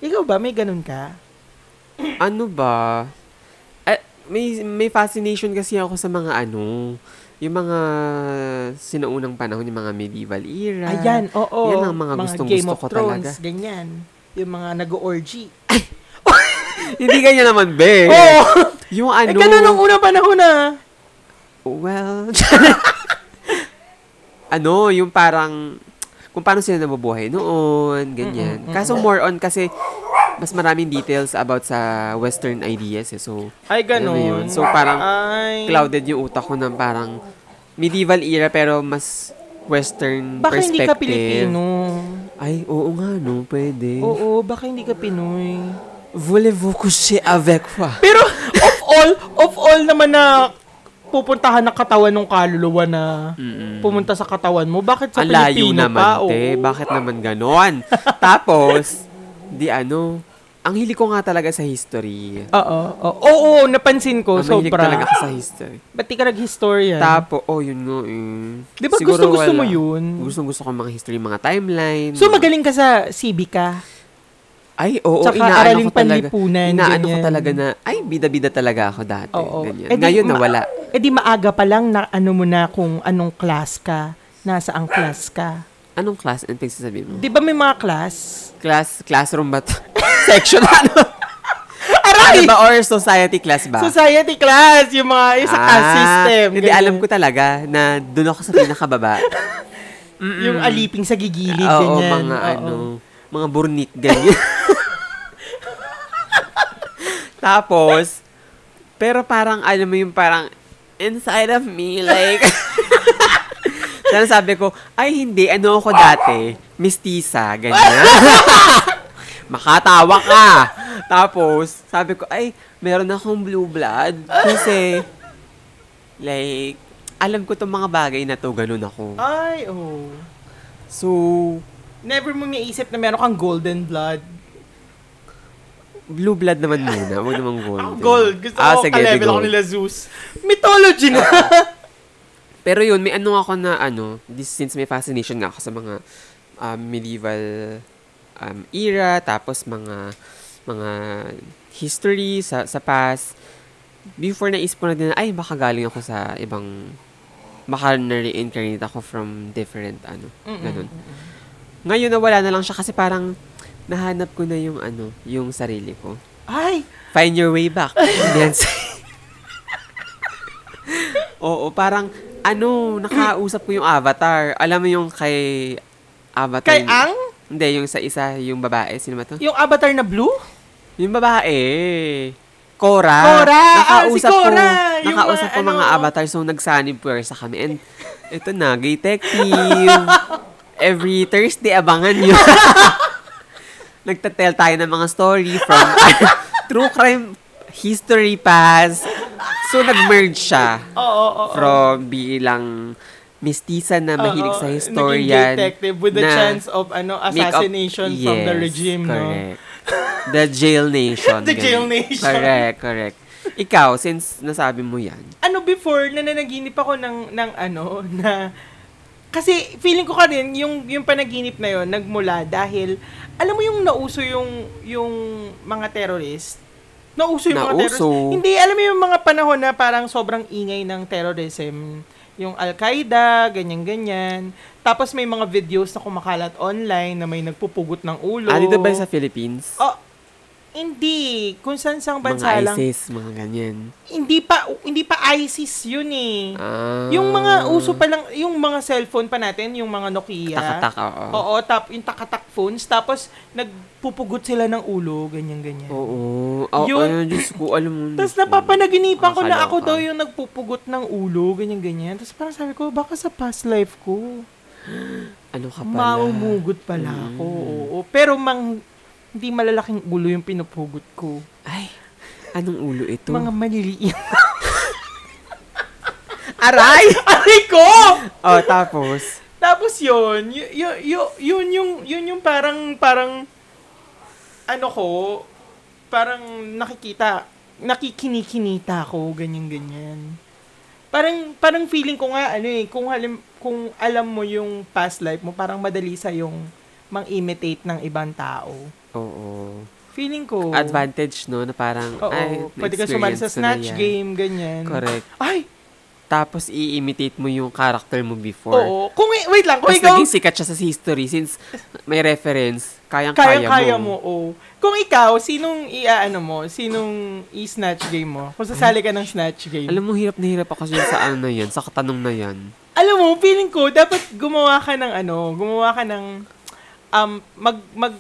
A: Ikaw ba, may ganun ka?
B: ano ba? Ah, may, may fascination kasi ako sa mga ano, yung mga sinaunang panahon, yung mga medieval era.
A: Ayan, oo.
B: Yan ang mga gustong-gusto
A: Game of
B: ko
A: Thrones,
B: talaga.
A: ganyan. Yung mga nag-orgy.
B: Hindi ganyan naman, be.
A: Oo! Oh,
B: Yung Eh, ano,
A: eh, ganun ang unang panahon ah. na.
B: well, ano, yung parang, kung paano sila nabubuhay noon, ganyan. Kaso more on kasi, mas maraming details about sa western ideas eh. So,
A: Ay,
B: Alam mo
A: ganun.
B: yun? So, parang
A: Ay.
B: clouded yung utak ko ng parang medieval era pero mas western
A: Baka hindi
B: perspective.
A: ka Pilipino.
B: Ay, oo nga, no. Pwede.
A: Oo, baka hindi ka Pinoy.
B: Voulez-vous coucher avec moi?
A: Pero, of all, of all naman na pupuntahan ng katawan ng kaluluwa na pumunta sa katawan mo, bakit sa
B: Ang layo
A: Pilipino
B: naman,
A: pa?
B: te.
A: Oo.
B: Bakit naman ganon? Tapos, di ano, ang hili ko nga talaga sa history.
A: Oo, oo, oo, napansin ko,
B: Ang
A: Oh,
B: mahilig
A: sobra.
B: talaga ako sa history.
A: Ba't di ka nag-historian?
B: Tapo, oh, yun nga eh.
A: Di ba
B: Siguro
A: gusto-gusto mo
B: wala.
A: yun?
B: Gustong-gusto ko mga history, mga timeline.
A: So,
B: mga-
A: magaling ka sa CBK?
B: Ay, oo.
A: Tsaka
B: inaano
A: araling
B: ko talaga,
A: panlipunan,
B: Inaano ko
A: ganyan.
B: talaga na, ay, bida-bida talaga ako dati.
A: Oo.
B: Ganyan.
A: Eh di,
B: Ngayon,
A: ma-
B: nawala.
A: Eh di maaga pa lang na ano mo na kung anong class ka, nasa ang class ka.
B: Anong class? Anong pagsasabi mo?
A: Di ba may mga class?
B: class, classroom ba to? Section ano?
A: Aray!
B: Ano ba? Or society class ba?
A: Society class, yung mga yung sa caste system.
B: Ah, Hindi,
A: ganyan.
B: alam ko talaga na doon ako sa pinakababa.
A: Yung aliping sa gigilid,
B: Ah, oo,
A: ganyan.
B: mga
A: Oo.
B: ano, mga burnit, ganyan. Tapos, pero parang, alam mo yung parang, inside of me, like, Sana sabi ko, ay hindi, ano ako dati, mistisa, ganyan. Makatawa ka. Tapos, sabi ko, ay, meron akong blue blood. Kasi, like, alam ko tong mga bagay na to, ganun ako.
A: Ay, oh.
B: So,
A: Never mo naisip na meron kang golden blood.
B: Blue blood naman muna. Huwag naman gold.
A: Ako gold. Gusto ko
B: Ah, di
A: ka-level ako
B: gold.
A: nila Zeus. Mythology na.
B: Pero yun, may ano ako na ano, this, since may fascination nga ako sa mga um, medieval um, era, tapos mga mga history sa, sa past. Before naisip ko na din, na, ay, baka galing ako sa ibang, baka na-reincarnate ako from different, ano, ganun. Ngayon, nawala na lang siya kasi parang nahanap ko na yung ano, yung sarili ko.
A: Ay!
B: Find your way back. Beyonce. Oo, parang ano, nakausap ko yung avatar. Alam mo yung kay avatar.
A: Kay Ang?
B: Hindi, yung sa isa, yung babae. Sino ba to?
A: Yung avatar na blue?
B: Yung babae. Cora.
A: Cora! Ah, si
B: Nakausap
A: Cora!
B: ko.
A: Yung
B: Nakausap
A: mga
B: ko mga
A: ano,
B: avatar. So, nagsanib pwersa kami. And, ito na, gay tech team. Every Thursday, abangan nyo. Nagtatel tayo ng mga story from true crime history past. So, nag-merge siya.
A: Oo, oo, oo.
B: From bilang mistisa na mahilig sa
A: Oo, Naging
B: historian.
A: detective with the
B: na-
A: chance of ano
B: Make up-
A: assassination from the
B: Yes,
A: regime, no?
B: correct. The jail nation.
A: The
B: ganun.
A: jail nation.
B: Correct, correct. Ikaw, since nasabi mo yan,
A: Ano before nananaginip ako ng ng ano na kasi feeling ko ka rin yung yung panaginip na yon nagmula dahil alam mo yung nauso yung yung mga terrorist Nauso yung mga
B: Nauso.
A: terrorist. Hindi, alam mo yung mga panahon na parang sobrang ingay ng terrorism. Yung Al-Qaeda, ganyan-ganyan. Tapos may mga videos na kumakalat online na may nagpupugot ng ulo.
B: ah, dito ba sa Philippines?
A: Oh, hindi. Kung saan sang bansa
B: mga
A: lang.
B: ISIS, mga ganyan.
A: Hindi pa, hindi pa ISIS yun eh.
B: Ah,
A: Yung mga uso pa lang, yung mga cellphone pa natin, yung mga Nokia.
B: Takatak, oh. oo. Oo.
A: Oo, tap, yung takatak phones. Tapos, nagpupugot sila ng ulo, ganyan-ganyan.
B: Oo.
A: Yun.
B: ayun, Diyos ko, alam mo.
A: Tapos
B: Diyos ko.
A: napapanaginipan ko na
B: Nakakaloka.
A: ako daw yung nagpupugot ng ulo, ganyan-ganyan. Tapos parang sabi ko, baka sa past life ko,
B: Ano ka pala? Mm.
A: maumugot pala ako. Oo, Pero mang, hindi malalaking ulo yung pinupugot ko.
B: Ay, anong ulo ito?
A: Mga maliliit.
B: Aray!
A: Aray ko!
B: oh, tapos.
A: Tapos yun, y- y- y- yun yung yun yung parang parang ano ko, parang nakikita, nakikinikinita ko ganyan ganyan. Parang parang feeling ko nga ano eh, kung halim, kung alam mo yung past life mo, parang madali sa yung mang-imitate ng ibang tao.
B: Oo.
A: Feeling ko.
B: Advantage, no? Na parang,
A: Oo,
B: ay,
A: pwede ka sumali sa
B: na-experience ko na
A: snatch
B: yan.
A: game, ganyan.
B: Correct.
A: Ay,
B: Tapos i-imitate mo yung character mo before.
A: oo. Kung, i- wait lang, kung
B: Tapos
A: ikaw,
B: naging sikat siya sa history since may reference, kayang-kaya mo.
A: Kaya-kaya mo, oo. Kung ikaw, sinong iaano mo? Sinong i-snatch game mo? Kung sasali ka ng snatch game. Alam,
B: Alam mo, hirap na hirap ako sa sa ano na yan, sa katanong na yan.
A: mo, feeling ko, dapat gumawa ka ng ano, gumawa ka ng, um, mag, mag,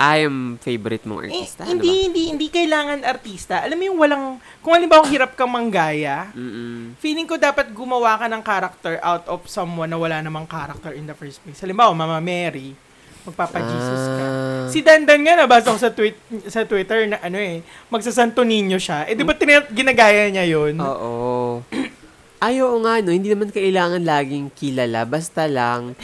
B: I am favorite
A: eh,
B: mong artista. ano
A: hindi, hindi, hindi kailangan artista. Alam mo yung walang, kung halimbawa hirap kang manggaya,
B: ba? Mm-mm.
A: feeling ko dapat gumawa ka ng character out of someone na wala namang character in the first place. Halimbawa, Mama Mary, magpapa-Jesus ka.
B: Ah.
A: Si Dandan nga, nabasa ko sa, tweet, sa Twitter na ano eh, magsasanto ninyo siya. Eh di ba tina- ginagaya niya yun?
B: Mm. Oo. Ay, oo nga, no? Hindi naman kailangan laging kilala. Basta lang,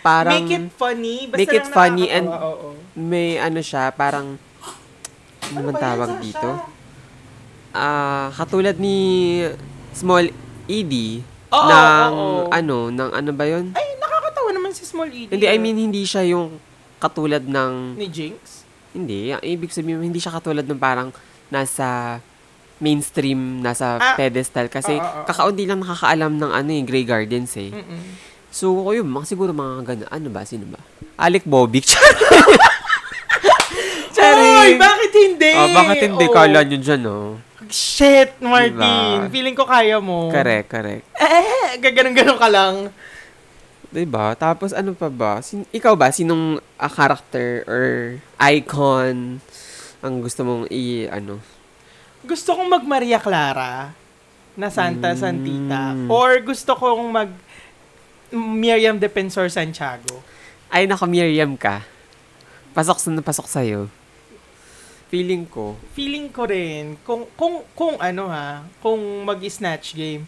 B: parang
A: make it funny. Basta
B: make it
A: lang
B: funny
A: nakakatawa,
B: and-
A: oo, oo.
B: may ano siya, parang, ano
A: Ano
B: man
A: ba yan,
B: tawag
A: Sasha?
B: dito? Ah, katulad ni Small Edie,
A: Oo, oo,
B: ng,
A: oo.
B: ano, ng ano ba yun?
A: Ay, nakakatawa naman si Small Edie.
B: Hindi,
A: ah.
B: I mean, hindi siya yung katulad ng...
A: Ni Jinx?
B: Hindi, ang ibig sabihin, hindi siya katulad ng parang nasa mainstream, nasa
A: Ah.
B: pedestal.
A: Oo,
B: Kasi
A: oo, oo.
B: kakaunti lang nakakaalam ng ano eh, Grey Gardens eh.
A: Mm-mm.
B: So, ako yun, mga, siguro mga gano'n. Ano ba? Sino ba? Alec Bobic.
A: Oy,
B: Charing!
A: bakit hindi?
B: Oh, bakit hindi?
A: Oo.
B: Kala nyo dyan, oh.
A: Shit, Martin.
B: Diba?
A: Feeling ko kaya mo.
B: Correct, correct.
A: Eh, gaganong-ganon ka lang.
B: Diba? Tapos ano pa ba? Sin- ikaw ba? Sinong ah, character or icon ang gusto mong i- ano?
A: Gusto kong mag Maria Clara na Santa
B: Mm.
A: Santita or gusto kong mag Miriam Defensor Santiago.
B: Ay, naka Miriam ka. Pasok sa napasok sa'yo. Feeling ko.
A: Feeling ko rin kung kung kung ano ha, kung mag-snatch game.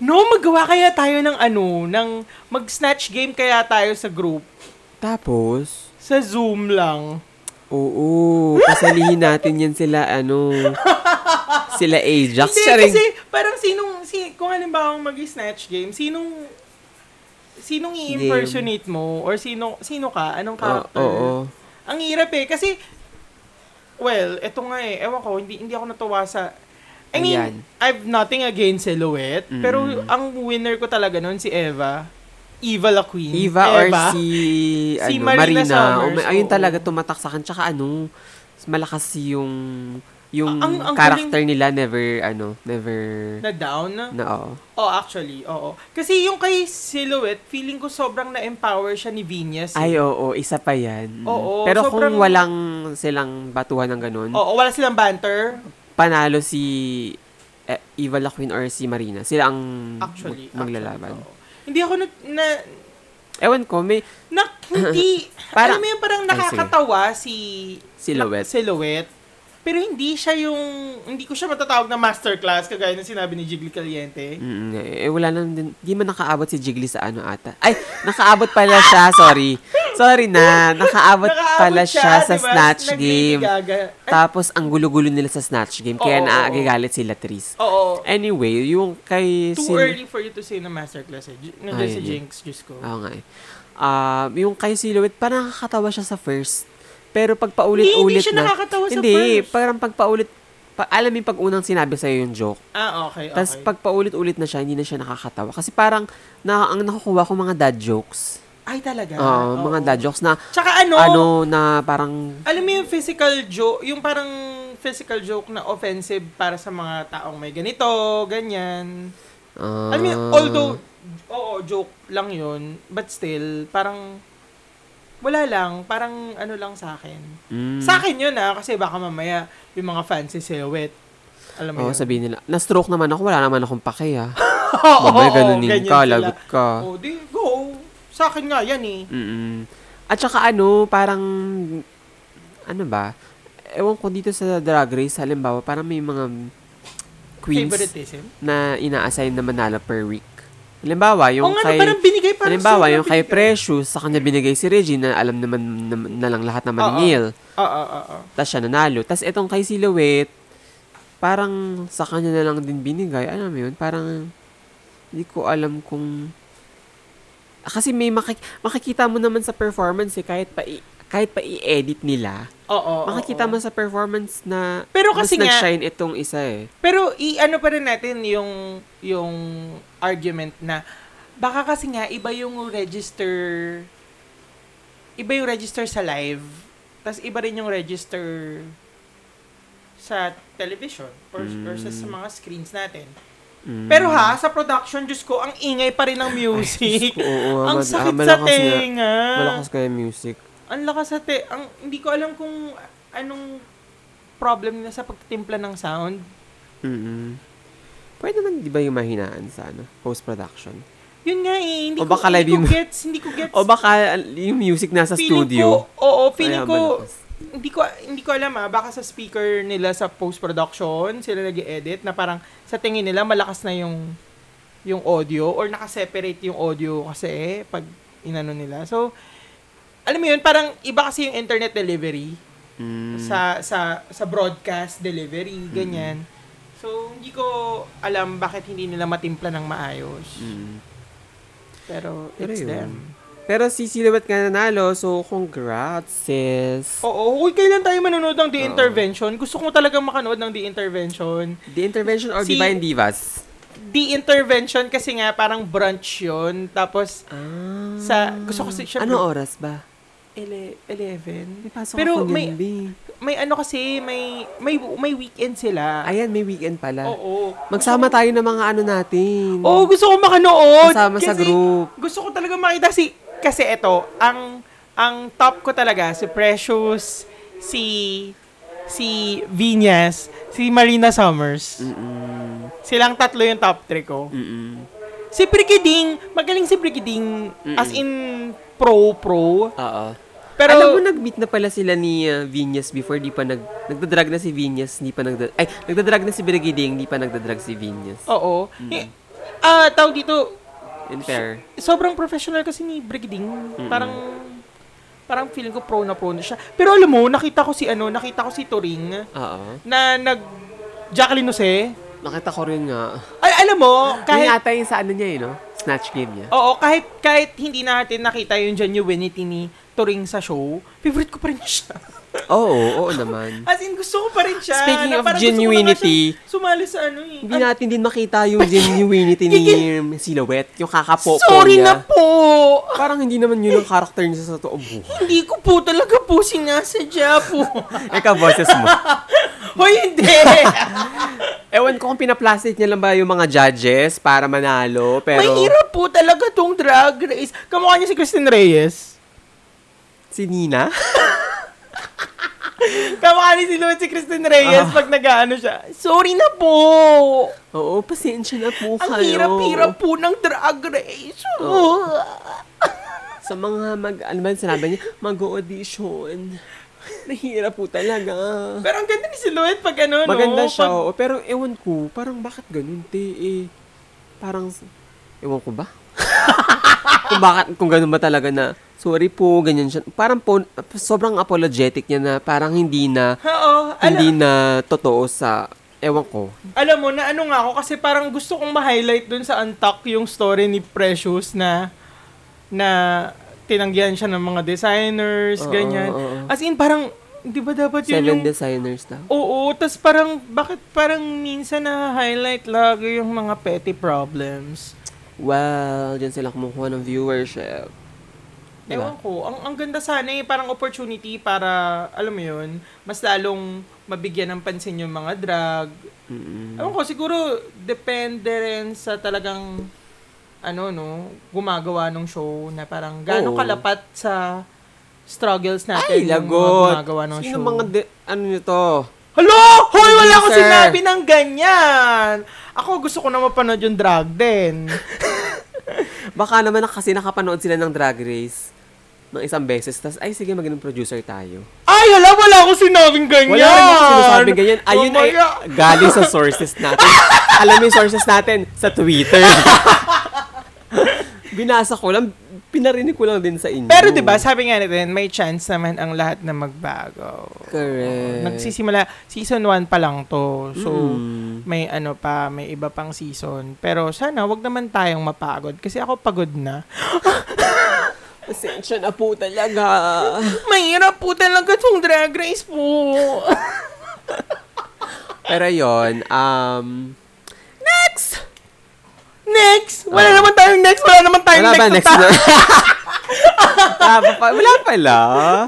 A: No, magawa kaya tayo ng ano, ng mag-snatch game kaya tayo sa group
B: Tapos,
A: sa Zoom lang.
B: oo, kasalihin natin yan sila, ano, sila Ajax.
A: Hindi,
B: Charing.
A: kasi parang sinong, si, kung halimbawa mag-snatch game, sinong, sinong i-impersonate mo? Or sino, sino ka? Anong
B: Oo,
A: character?
B: Ah, oo.
A: Ang hirap eh. Kasi, well, eto nga eh. Ewan ko, hindi, hindi ako natuwa sa... I mean,
B: Ayan.
A: I've nothing against Silhouette.
B: Mm.
A: Pero ang winner ko talaga nun, si Eva. Eva La Queen.
B: Eva or si,
A: Si
B: ano,
A: Marina
B: Marina.
A: Summers,
B: Uma- ayun
A: oo.
B: talaga tumatak sa akin. Tsaka ano, mas malakas yung yung
A: Ang- ang
B: character nila never ano, never
A: Na down.
B: na oo.
A: Oh, actually, oo. Kasi yung kay Silhouette, feeling ko sobrang na-empower siya ni Venus. eh.
B: Ay oo, isa pa 'yan.
A: Oo,
B: Pero
A: sobrang-
B: kung walang silang batuhan ng ganun,
A: Oo, wala silang banter.
B: panalo si eh, Eva La Queen or si Marina. Sila ang
A: Actually.
B: mag- maglalaban.
A: actually, oo. Hindi ako na, na,
B: Ewan ko, may
A: na hindi,
B: Parang-
A: alam mo yun, parang
B: Ay, sige.
A: nakakatawa si
B: silhouette.
A: Silhouette. Pero hindi siya yung, hindi ko siya matatawag na masterclass, kagaya ng sinabi ni Jiggly Caliente.
B: Mm, eh, eh, wala lang din. Di man nakaabot si Jiggly sa ano ata. Ay, nakaabot pala siya. Sorry. Sorry na.
A: Nakaabot
B: Nakaabot,
A: diba?
B: pala siya, sa
A: di ba?
B: Snatch
A: Nag-Lady
B: Game.
A: Gaga. Ay,
B: Tapos, ang gulo-gulo nila sa Snatch Game. Kaya
A: Oo, oo,
B: naagagalit sila, Tris.
A: oo.
B: Anyway, yung kay...
A: Too
B: Sil-
A: early for you to say na masterclass eh. J- Nandiyan
B: Ay,
A: si
B: hindi.
A: Jinx, Diyos ko.
B: Oo nga eh. Ah, yung kay Silhouette, parang nakakatawa siya sa first. Pero pag
A: Hindi, hindi
B: paulit-ulit
A: siya
B: na...
A: nakakatawa sa
B: hindi,
A: first.
B: parang pag paulit... Pa, alam mo yung pag unang sinabi sa'yo yung joke.
A: Ah, okay, okay.
B: Tapos pag paulit-ulit na siya, hindi na siya nakakatawa. Kasi parang na, ang nakukuha ko mga dad jokes.
A: Ay, talaga?
B: Oo, Ah, mga
A: Oo.
B: dad jokes na
A: Tsaka ano,
B: ano na parang
A: alam mo yung physical joke, yung parang physical joke na offensive para sa mga taong may ganito, ganyan.
B: ah,
A: alam mo yun, although, oo, joke lang yun, but still, parang, wala lang, parang ano lang sa akin.
B: mm,
A: Sa akin yun ah, kasi baka mamaya, yung mga fancy silhouette, alam mo
B: Oo,
A: yun.
B: sabihin nila, na-stroke naman ako, wala naman akong pake ah.
A: Oo,
B: Mamaya
A: oo,
B: ganunin
A: ganyan
B: ka,
A: sila.
B: lagot ka.
A: Oh, di, go. Sa akin nga, yan eh.
B: Mm-mm. At saka ano, parang, ano ba, ewan ko dito sa Drag Race, halimbawa, parang may mga queens
A: Favoritism.
B: na ina-assign na manalo per week. Halimbawa, yung
A: Oo nga,
B: kay...
A: parang binigay parang
B: Halimbawa,
A: sobrang
B: yung kay
A: binigay.
B: Precious, sa kanya binigay si Regina, alam naman na, na lang lahat
A: Oo.
B: naman ni Neil.
A: Oo, oo, oo.
B: Tapos siya nanalo. Tapos itong kay Silhouette, parang sa kanya na lang din binigay. Alam mo yun, parang hindi ko alam kung... Kasi may makik- makikita mo naman sa performance eh, kahit pa i- kahit pa i-edit nila.
A: Oo, oo,
B: makikita
A: oo.
B: mo sa performance na
A: Pero
B: mas
A: kasi nga-
B: nag-shine itong isa eh.
A: Pero i-ano pa rin natin yung yung argument na baka kasi nga iba yung register iba yung register sa live tas iba rin yung register sa television or, or sa, sa mga screens natin.
B: Mm.
A: Pero ha, sa production, Diyos ko, ang ingay pa rin ng music.
B: Diyos ko, oo,
A: ang
B: mal-
A: sakit
B: ah,
A: sa
B: malakas nga.
A: tenga.
B: Malakas kaya music.
A: Ang lakas sa te... Ang, hindi ko alam kung anong problem na sa pagtitimpla ng sound.
B: Mm-mm. Pwede naman, di ba, yung mahinaan sa ano, post-production.
A: Yun nga eh, hindi
B: O
A: ko,
B: baka
A: hindi
B: live
A: ko
B: yung-
A: gets, hindi ko gets.
B: O baka al- yung music nasa
A: Feeling Ko,
B: studio.
A: oo, feeling
B: Kaya
A: ko,
B: malakas.
A: hindi ko, hindi ko alam ah, baka sa speaker nila sa post-production, sila nag edit na parang sa tingin nila malakas na yung yung audio or nakaseparate yung audio kasi pag inano nila. So, alam mo yun, parang iba kasi yung internet delivery
B: Mm.
A: sa sa sa broadcast delivery, ganyan. So, hindi ko alam bakit hindi nila matimpla ng maayos.
B: Mm.
A: Pero,
B: Pero
A: it's
B: yun.
A: them.
B: Pero si Silhouette nga nanalo, so congrats, sis.
A: Oo, kung kailan tayo manonood ng The
B: Oo.
A: Intervention? Gusto ko talagang makanood ng The Intervention.
B: The Intervention or
A: Si-
B: Divine Divas?
A: The Intervention kasi nga parang brunch yon Tapos
B: Ah.
A: sa, gusto ko si, syempre,
B: Ano oras ba?
A: ele- 11?
B: May pasok
A: Pero
B: ako
A: may-
B: may... Gabi.
A: May ano kasi, may, may, may weekend sila.
B: Ayan, may weekend pala.
A: Oo.
B: Magsama tayo ng mga ano natin.
A: Oo, gusto ko makanood.
B: Kasama sa
A: Kasi
B: group.
A: Gusto ko talaga makita si, kasi eto, ang, ang top ko talaga, si Precious, si, si Vinyas, si Marina Summers.
B: Mm. Mm-mm.
A: Silang tatlo yung top 3 ko.
B: Mm-mm.
A: Si Brigiding, magaling si Brigiding as in pro-pro.
B: Oo.
A: Pero,
B: Alam mo, nag-meet na pala sila ni uh, Vinyas before, di pa nag... Nagdadrag na si Vinyas, di pa nagda... Ay, nagdadrag na si Brigiding, di pa nagdadrag si Vinyas.
A: oo. Eh, Ah, tawag dito,
B: In fair.
A: sobrang professional kasi ni Brigiding. Parang, parang feeling ko pro na pro na siya. Pero alam mo, nakita ko si ano, nakita ko si Turing
B: Oo.
A: na nag Jacqueline Jose.
B: Nakita ko rin nga.
A: Ay, alam mo,
B: Kahit... Yung
A: kahit,
B: ata yung sa ano niya eh, no? Snatch game niya.
A: oo, kahit, kahit hindi natin nakita yung genuinity ni Turing sa show, favorite ko pa rin siya.
B: Oo, oo naman.
A: As in, gusto ko pa rin siya.
B: Speaking
A: Na
B: of
A: parang gusto ko na nga
B: genuinity,
A: siyang sumali sa ano eh.
B: Hindi
A: Ano-
B: natin din makita yung genuinity ni Silhouette, yung kakapo
A: Sorry na
B: niya.
A: po!
B: Parang hindi naman yun ang character niya sa totoong buhay.
A: Hindi ko po talaga po sinasadya po.
B: Eka, boses mo.
A: Hoy, hindi!
B: Ewan ko kung pinaplastic niya lang ba yung mga judges para manalo, pero
A: Mahirap po talaga tong drag race. Kamukha niya si Kristen Reyes.
B: si Nina?
A: Kamukha ni si Louis si Kristen Reyes
B: Ah.
A: pag nag-ano siya. Sorry na po!
B: Oo, pasensya na po kayo.
A: Ang hirap-hirap po ng drag race.
B: Oh. Sa mga mag, ano ba yung sinabi niya? Mag-audition. Nahirap po talaga.
A: Pero ang ganda ni Silhouette pag ano,
B: Maganda
A: no?
B: siya, oh.
A: Pag-
B: oo. Pero ewan ko, parang bakit ganun, te, eh. Parang, s- ewan ko ba? kung bakit, kung ganun ba talaga na, sorry po, ganyan siya. Parang po, sobrang apologetic niya na parang hindi na,
A: Oo. Alam,
B: hindi na totoo sa, ewan ko.
A: alam mo, na ano nga ako kasi parang gusto kong ma-highlight dun sa Antak yung story ni Precious na na tinanggihan siya ng mga designers,
B: Oo,
A: ganyan.
B: oo, oo.
A: As in, parang, di ba dapat yun
B: Seven
A: yung...
B: designers daw.
A: Oo, tas parang, bakit parang minsan na-highlight lagi yung mga petty problems?
B: Well, dyan sila kumukuha ng viewership. Diba?
A: Ewan ko. Ang, ang ganda sana eh, parang opportunity para, alam mo yun, mas lalong mabigyan ng pansin yung mga drag.
B: Mm-mm.
A: Ewan ko, siguro, depende rin sa talagang, ano no, gumagawa ng show na parang gano'ng
B: Oo.
A: kalapat sa struggles natin
B: Ay,
A: yung mga
B: lagot!
A: gumagawa ng
B: Sino
A: show.
B: mga, de- ano nito?
A: Hello! Hoy, wala akong
B: Sir.
A: sinabi ng ganyan! Ako gusto ko na mapanood yung drag din.
B: Baka naman na- kasi nakapanood sila ng Drag Race ng isang beses. Tapos, ay, sige, maging producer tayo.
A: Ay, hala, wala akong sinabing ganyan! Oh
B: Wala rin ako sinasabi ganyan. Ayun eh. ay
A: Mamaya.
B: galing sa sources natin. Alam mo yung sources natin? Sa Twitter. Binasa ko lang. Pinarinig ko lang din sa inyo.
A: Pero diba, 'di ba, sabi nga natin, may chance naman ang lahat na magbago.
B: Correct.
A: Nagsisimula season 1 pa lang 'to. So
B: Mm.
A: may ano pa, may iba pang season. Pero sana wag naman tayong mapagod kasi ako pagod na.
B: Pasensya na po talaga.
A: Mahirap po talaga tong drag race po.
B: Pero yon um,
A: next. Next! Wala
B: Ah.
A: naman tayong next, wala naman tayong
B: wala ba
A: next.
B: next
A: na
B: na?
A: tayo.
B: Wala pa, wala pala.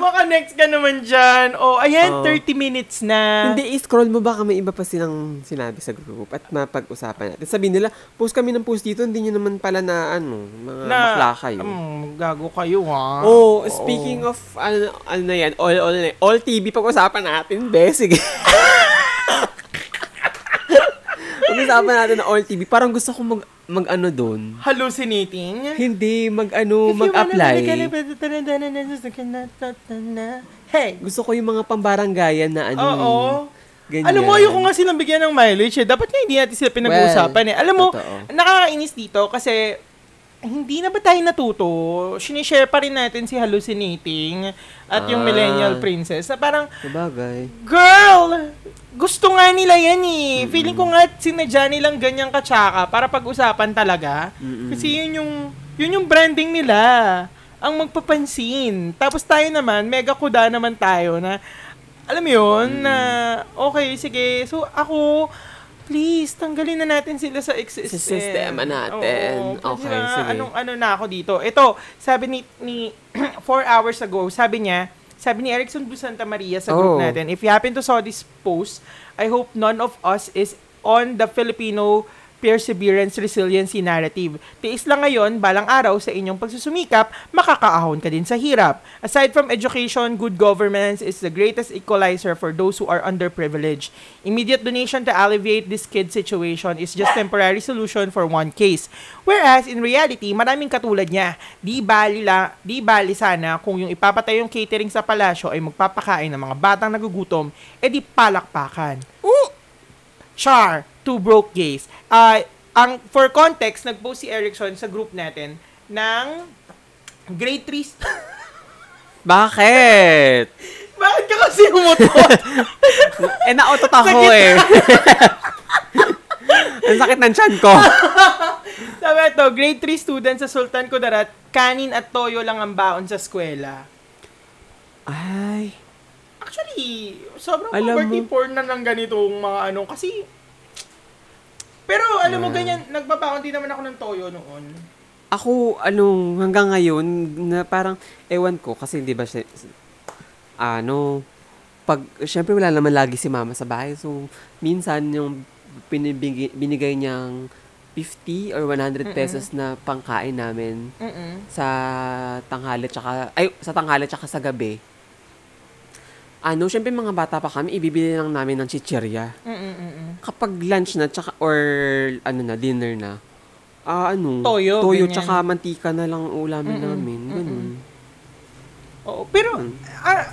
A: Baka next ka naman dyan. O, ayan,
B: Oh.
A: 30 minutes na.
B: Hindi, i-scroll mo baka may iba pa silang sinabi sa group at mapag-usapan natin. Sabihin nila, post kami ng post dito, hindi nyo naman pala na ano, mga bakla kayo.
A: Mm, gago kayo, ha?
B: Oh, speaking of, ano, ano na yan, all, all, na yan, all TV, pag-usapan natin, be, sige. pag-usapan natin ng all TV, parang gusto ko mag, mag ano doon.
A: Hallucinating?
B: Hindi, mag ano, mag-apply.
A: Hey!
B: Gusto ko yung mga pambaranggayan na ano.
A: Oo.
B: Ganyan.
A: Alam mo, ayoko nga silang bigyan ng mileage eh. Dapat nga hindi natin sila pinag-uusapan eh. Alam mo,
B: totoo.
A: nakakainis dito kasi hindi na ba tayo natuto? Sinishare pa rin natin si Hallucinating at yung
B: Ah.
A: Millennial Princess na parang,
B: Sabagay.
A: girl, gusto nga nila yan eh. Feeling ko nga sinadya nilang ganyang katsaka para pag-usapan talaga.
B: Mm-mm.
A: Kasi yun yung, yun yung branding nila. Ang magpapansin. Tapos tayo naman, mega kuda naman tayo na, alam mo
B: Mm.
A: yun, na, okay, sige. So, ako, please, tanggalin na natin sila sa existence.
B: Sa sistema natin. Okay, sige.
A: Anong, ano na ako dito. Ito, sabi ni, ni four hours ago, sabi niya, sabi ni Erickson Busanta Maria sa group
B: Oh.
A: natin, if you happen to saw this post, I hope none of us is on the Filipino perseverance resiliency narrative. Tiis lang ngayon, balang araw sa inyong pagsusumikap, makakaahon ka din sa hirap. Aside from education, good governance is the greatest equalizer for those who are underprivileged. Immediate donation to alleviate this kid situation is just temporary solution for one case. Whereas in reality, maraming katulad niya. Di bali, la, di bali sana kung yung ipapatay yung catering sa palasyo ay magpapakain ng mga batang nagugutom, edi palakpakan. Char, two broke gays. Ah, ang for context, nag-post si Erickson sa group natin ng grade 3.
B: Bakit?
A: Bakit ka kasi umutot?
B: Eh, na-autot ako
A: Sakit.
B: eh. Ang sakit ng tiyan ko.
A: Sabi ito, grade 3 student sa Sultan Kudarat, kanin at toyo lang ang baon sa eskwela.
B: Ay.
A: Actually, sobrang
B: Alam mo-
A: poverty porn na ng ganitong mga ano kasi pero alam mo
B: Ah.
A: ganyan, nagbabaon din naman ako ng toyo noon.
B: Ako, anong, hanggang ngayon, na parang, ewan ko, kasi hindi ba siya, ano, pag, syempre wala naman lagi si mama sa bahay, so, minsan yung pinibigay, binigay niyang 50 or 100 pesos na pangkain namin
A: Mm-mm.
B: sa tanghali tsaka, ay, sa tanghali tsaka sa gabi. Ano, syempre mga bata pa kami, ibibili lang namin ng chichirya
A: Mm-mm.
B: kapag lunch na tsaka or ano na dinner na ah ano
A: Toyo,
B: toyo
A: ganyan.
B: tsaka mantika na lang ang ulamin
A: Mm-mm,
B: namin ganun
A: Oo, pero
B: Mm.
A: ah,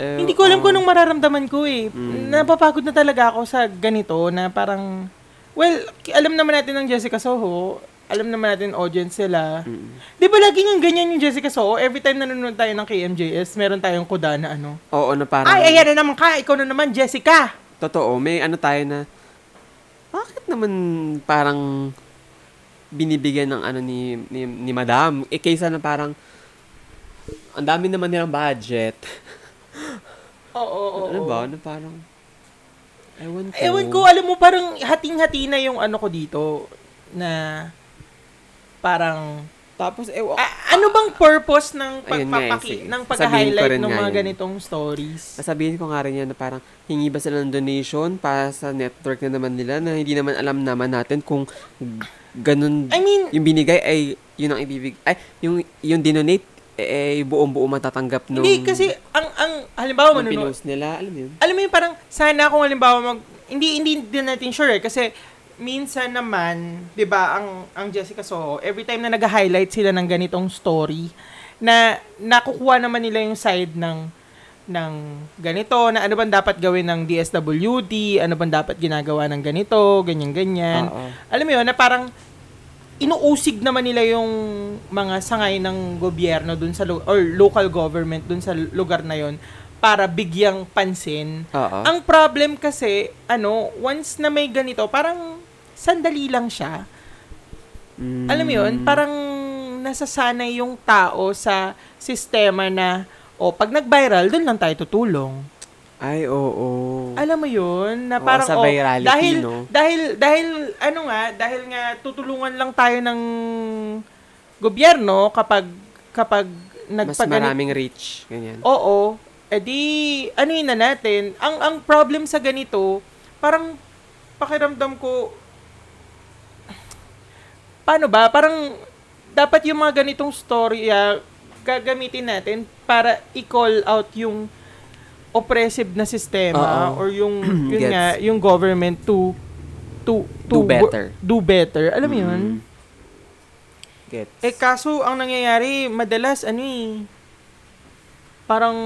B: Eh,
A: hindi ko alam
B: ah,
A: kung anong mararamdaman ko eh.
B: Mm.
A: Napapagod na talaga ako sa ganito na parang well, ki- alam naman natin ng Jessica Soho, alam naman natin audience sila.
B: Mm.
A: Di ba laging yung ganyan yung Jessica Soho? Every time nanonood tayo ng KMJS, meron tayong kuda na ano.
B: oh, oo na parang
A: Ay, ayan na naman ka. Ikaw na naman, Jessica.
B: totoo may ano tayo na bakit naman parang binibigyan ng ano ni ni, ni madam eh kaysa na parang ang dami naman nilang budget
A: Oo, oo,
B: ano ba na parang ewan ko
A: Ewan ko, alam mo, parang hating-hati na yung ano ko dito na parang
B: tapos ewan
A: a- ano bang purpose ng
B: Ayun nga eh,
A: pagpapaki
B: sige.
A: ng
B: Sasabihin ko
A: pag-highlight
B: rin
A: ng
B: nga
A: mga
B: yun.
A: ganitong stories?
B: Sasabihin ko nga rin yan na parang hingi ba sila ng donation para sa network na naman nila na hindi naman alam naman natin kung g- ganun
A: I mean,
B: yung binigay ay yun ang ibibig ay yung yung dinonate eh buong-buo matatanggap nung
A: hindi kasi ano, ang ang halimbawa
B: nung
A: manunood.
B: pinost nila alam mo yun
A: Alam mo yung parang sana kung halimbawa mag hindi hindi din natin sure eh, kasi minsan naman, 'di ba, ang ang Jessica Soho, every time na nag-highlight sila ng ganitong story na nakukuha naman nila yung side ng ng ganito na ano bang dapat gawin ng DSWD, ano bang dapat ginagawa ng ganito, ganyan ganyan.
B: Oo.
A: Alam mo yun, na parang inuusig naman nila yung mga sangay ng gobyerno dun sa lu- or local government dun sa lugar na yon para bigyang pansin.
B: Oo.
A: Ang problem kasi, ano, once na may ganito, parang sandali lang siya.
B: Mm.
A: Alam mo yun, parang nasasanay yung tao sa sistema na, o oh, pag nag-viral, dun lang tayo tutulong.
B: ay oo
A: Alam mo yun, na
B: Oo,
A: parang, oh,
B: sa virality,
A: dahil,
B: no?
A: dahil, dahil, ano nga, dahil nga tutulungan lang tayo ng gobyerno kapag, kapag
B: mas
A: nagpagani-
B: maraming reach
A: Oh,
B: ganyan
A: Oo, edi, ano yun na natin, ang, ang problem sa ganito, parang, pakiramdam ko, paano ba, parang, dapat yung mga ganitong story, ah, gagamitin natin para i-call out yung oppressive na sistema
B: Oo.
A: or yung yun
B: Gets.
A: nga yung government to to
B: Do
A: to
B: better.
A: do better alam mo yun
B: Mm. gets
A: eh kaso ang nangyayari madalas ano eh parang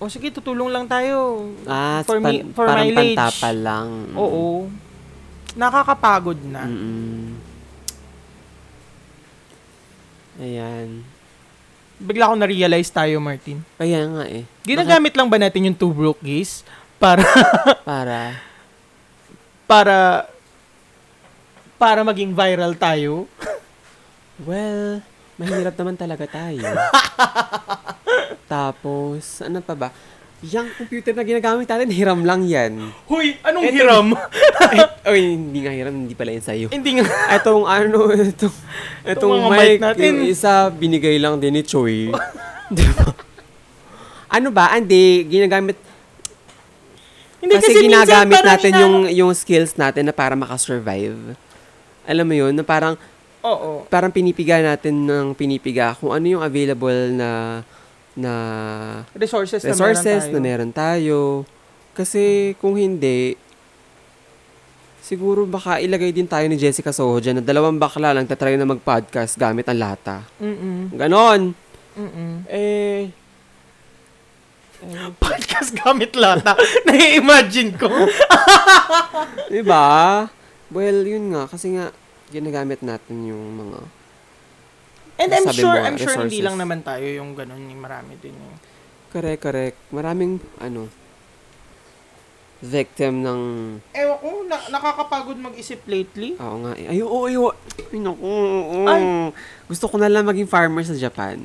A: o sige tutulong lang tayo.
B: ah
A: for
B: for,
A: mi- for
B: parang
A: mileage.
B: pantapal lang Mm.
A: Oo. Nakakapagod na.
B: Mm-mm. Ayan.
A: Bigla ko na-realize tayo, Martin.
B: Kaya nga eh.
A: Ginagamit lang ba natin yung two broke gays para
B: Baka- Para.
A: para para maging viral tayo?
B: Well, mahirap naman talaga tayo. Tapos, ano pa ba? Yung computer na ginagamit natin, hiram lang yan.
A: Hoy, anong
B: Eto-
A: hiram?
B: Eh, Oy, hindi nga hiram, hindi pala yan sa'yo.
A: Hindi nga.
B: Itong ano, itong, itong
A: mga mic
B: mic,
A: natin.
B: yung isa, binigay lang din ni Choi. Di ba? Ano ba? Hindi, ginagamit,
A: Hindi
B: kasi,
A: minsan
B: ginagamit
A: parang
B: natin
A: ina-
B: yung, yung skills natin na para makasurvive. Alam mo yun, na parang,
A: Oo.
B: parang pinipiga natin ng pinipiga kung ano yung available na na
A: Resources,
B: resources ano
A: na
B: na
A: meron tayo.
B: meron tayo. Kasi kung hindi, siguro baka ilagay din tayo ni Jessica Soho dyan na dalawang bakla lang tatry na mag-podcast gamit ang lata.
A: Mm-mm.
B: Ganon!
A: Mm-mm.
B: Eh,
A: Podcast gamit lata. Nai-imagine ko.
B: di ba? Well, yun nga. Kasi nga, ginagamit natin yung mga...
A: And I'm
B: Sabi
A: sure,
B: mo,
A: I'm sure hindi
B: resources.
A: lang naman tayo yung ganun. Yung marami din eh. yung...
B: Correct, correct. Maraming, ano, victim ng...
A: Ewan ko, na- nakakapagod mag-isip lately.
B: Oo nga. eh. Ay, oo, ay, oo. Ay, naku, oo.
A: Ay.
B: Gusto ko na lang maging farmer sa Japan.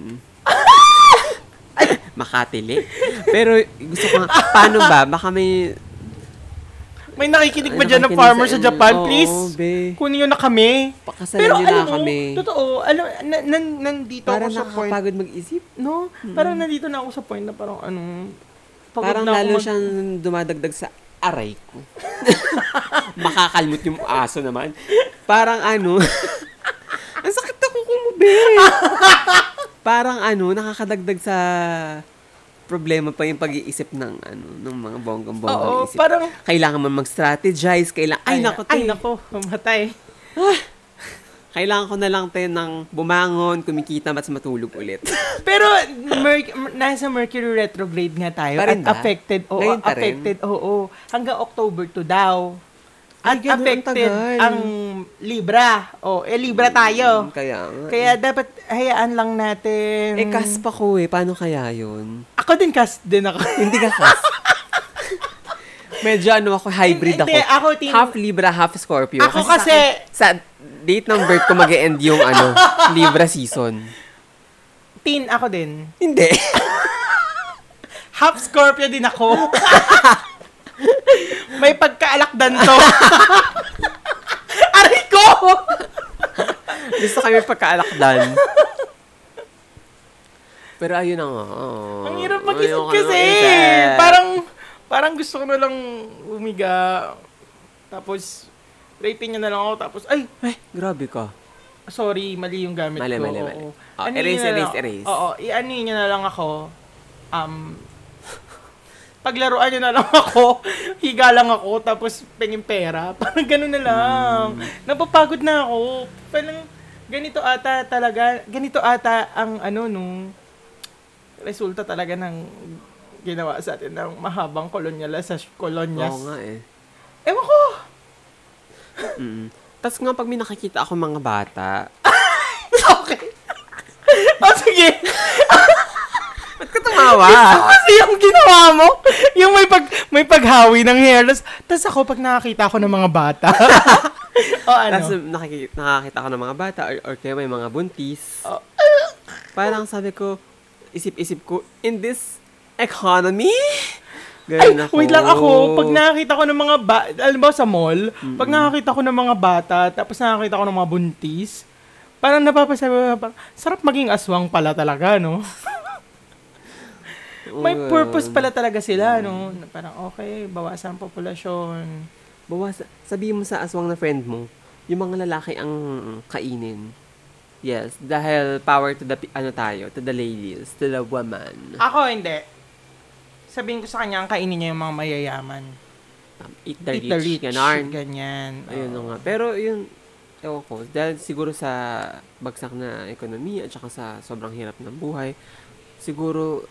B: makatili. Pero gusto ko nga, paano ba? Baka may...
A: May nakikinig pa
B: ano,
A: dyan ng
B: makinig
A: farmer sa
B: inyo.
A: Japan,
B: Oo,
A: please.
B: be.
A: Kunin nyo na kami.
B: Pakasalan
A: Pero
B: nyo
A: alam
B: na
A: mo,
B: kami.
A: totoo, alam, na, nan- nandito ako
B: Para
A: sa point.
B: nakakapagod mag-isip.
A: No, parang nandito na ako sa point na parang anong...
B: Parang lalo siyang dumadagdag sa aray ko. Makakalmot yung aso naman. Parang ano, ang sakit ako kumubi. Parang ano, nakakadagdag sa problema pa yung pag-iisip ng ano ng mga bonggang-bonggang
A: Oo,
B: isip.
A: parang-
B: kailangan man mag-strategize, kailangan ay, nako,
A: ay, Ah.
B: te.
A: nako, mamatay.
B: Kailangan ko na lang tayo ng bumangon, kumikita mas matulog ulit.
A: Pero Merc- mer- nasa Mercury retrograde nga tayo
B: Pa
A: at
B: rin ba?
A: affected. Oo,
B: Ngayon pa rin?
A: affected. Oo, hanggang October 2 daw.
B: Ay,
A: At
B: ganun, ang
A: affected
B: tagal. Mm,
A: ang Libra. Oh, eh Libra tayo.
B: Kaya nga.
A: Kaya dapat hayaan lang natin.
B: eh, kas pa ko eh. Paano kaya yun?
A: Ako din kas din ako.
B: Hindi ka fast. Medyo ano ako, hybrid ako.
A: Hindi, ako team-
B: Half Libra, half Scorpio.
A: Ako kasi-
B: Sa, akin- sa date ng birth ko mag end yung ano, Libra season.
A: Teen ako din.
B: Hindi.
A: Half Scorpio din ako. May pagkaalakdan to. Aray ko!
B: Gusto kami pagkaalakdan. Pero ayun na nga. oo.
A: Ang hirap mag-isip
B: Ayoko na
A: kasi.
B: mag-isip.
A: Parang, parang gusto ko na lang umiga. Tapos, rating niya na lang ako. Tapos, ay,
B: Ay, grabe ka.
A: sorry, mali yung gamit
B: Mali,
A: ko.
B: mali, mali.
A: Oo.
B: Oh,
A: Anuhin
B: erase,
A: niya na
B: erase,
A: lang-
B: erase.
A: Oo, i-anuhin niya na lang ako. Um, paglaruan niya na lang ako. Higa lang ako, tapos pengin pera. Parang ganun na lang.
B: Hmm.
A: Napapagod na ako. Parang, ganito ata talaga, ganito ata ang ano nung resulta talaga ng ginawa sa atin ng mahabang kolonyala sa kolonyas.
B: Oo nga eh.
A: Ewan ko!
B: Mm. Tapos nga pag may nakikita ako mga bata,
A: okay. oh, sige.
B: ba't ka tumawa?
A: Gusto ko kasi yung ginawa mo, yung may pag may paghawi ng hairless. Tapos ako pag nakakita ko ng mga bata. o ano?
B: Tapos nakikita, nakakita ko ng mga bata or, or kaya may mga buntis.
A: Oh.
B: Parang sabi ko, isip-isip ko, in this economy? Ganun ako.
A: Wait lang ako, pag nakakita ko ng mga ba, alam ba sa mall, pag nakakita ko ng mga bata, tapos nakakita ko ng mga buntis, parang napapasabi ko, parang, sarap maging aswang pala talaga, no?
B: Oo,
A: May
B: ganun.
A: purpose pala talaga sila, no? Na Parang, okay, bawasan ang populasyon.
B: Bawas, sabihin mo sa aswang na friend mo, yung mga lalaki ang kainin. Yes, dahil power to the, pi- ano tayo, to the ladies, to the woman.
A: Ako, hindi. Sabihin ko sa kanya, ang kainin niya yung mga mayayaman.
B: Um, eat the rich, ganarn.
A: Ganyan.
B: Ayun na
A: Oo.
B: nga. Pero yun, ewan ko, dahil siguro sa bagsak na ekonomiya at saka sa sobrang hirap ng buhay, siguro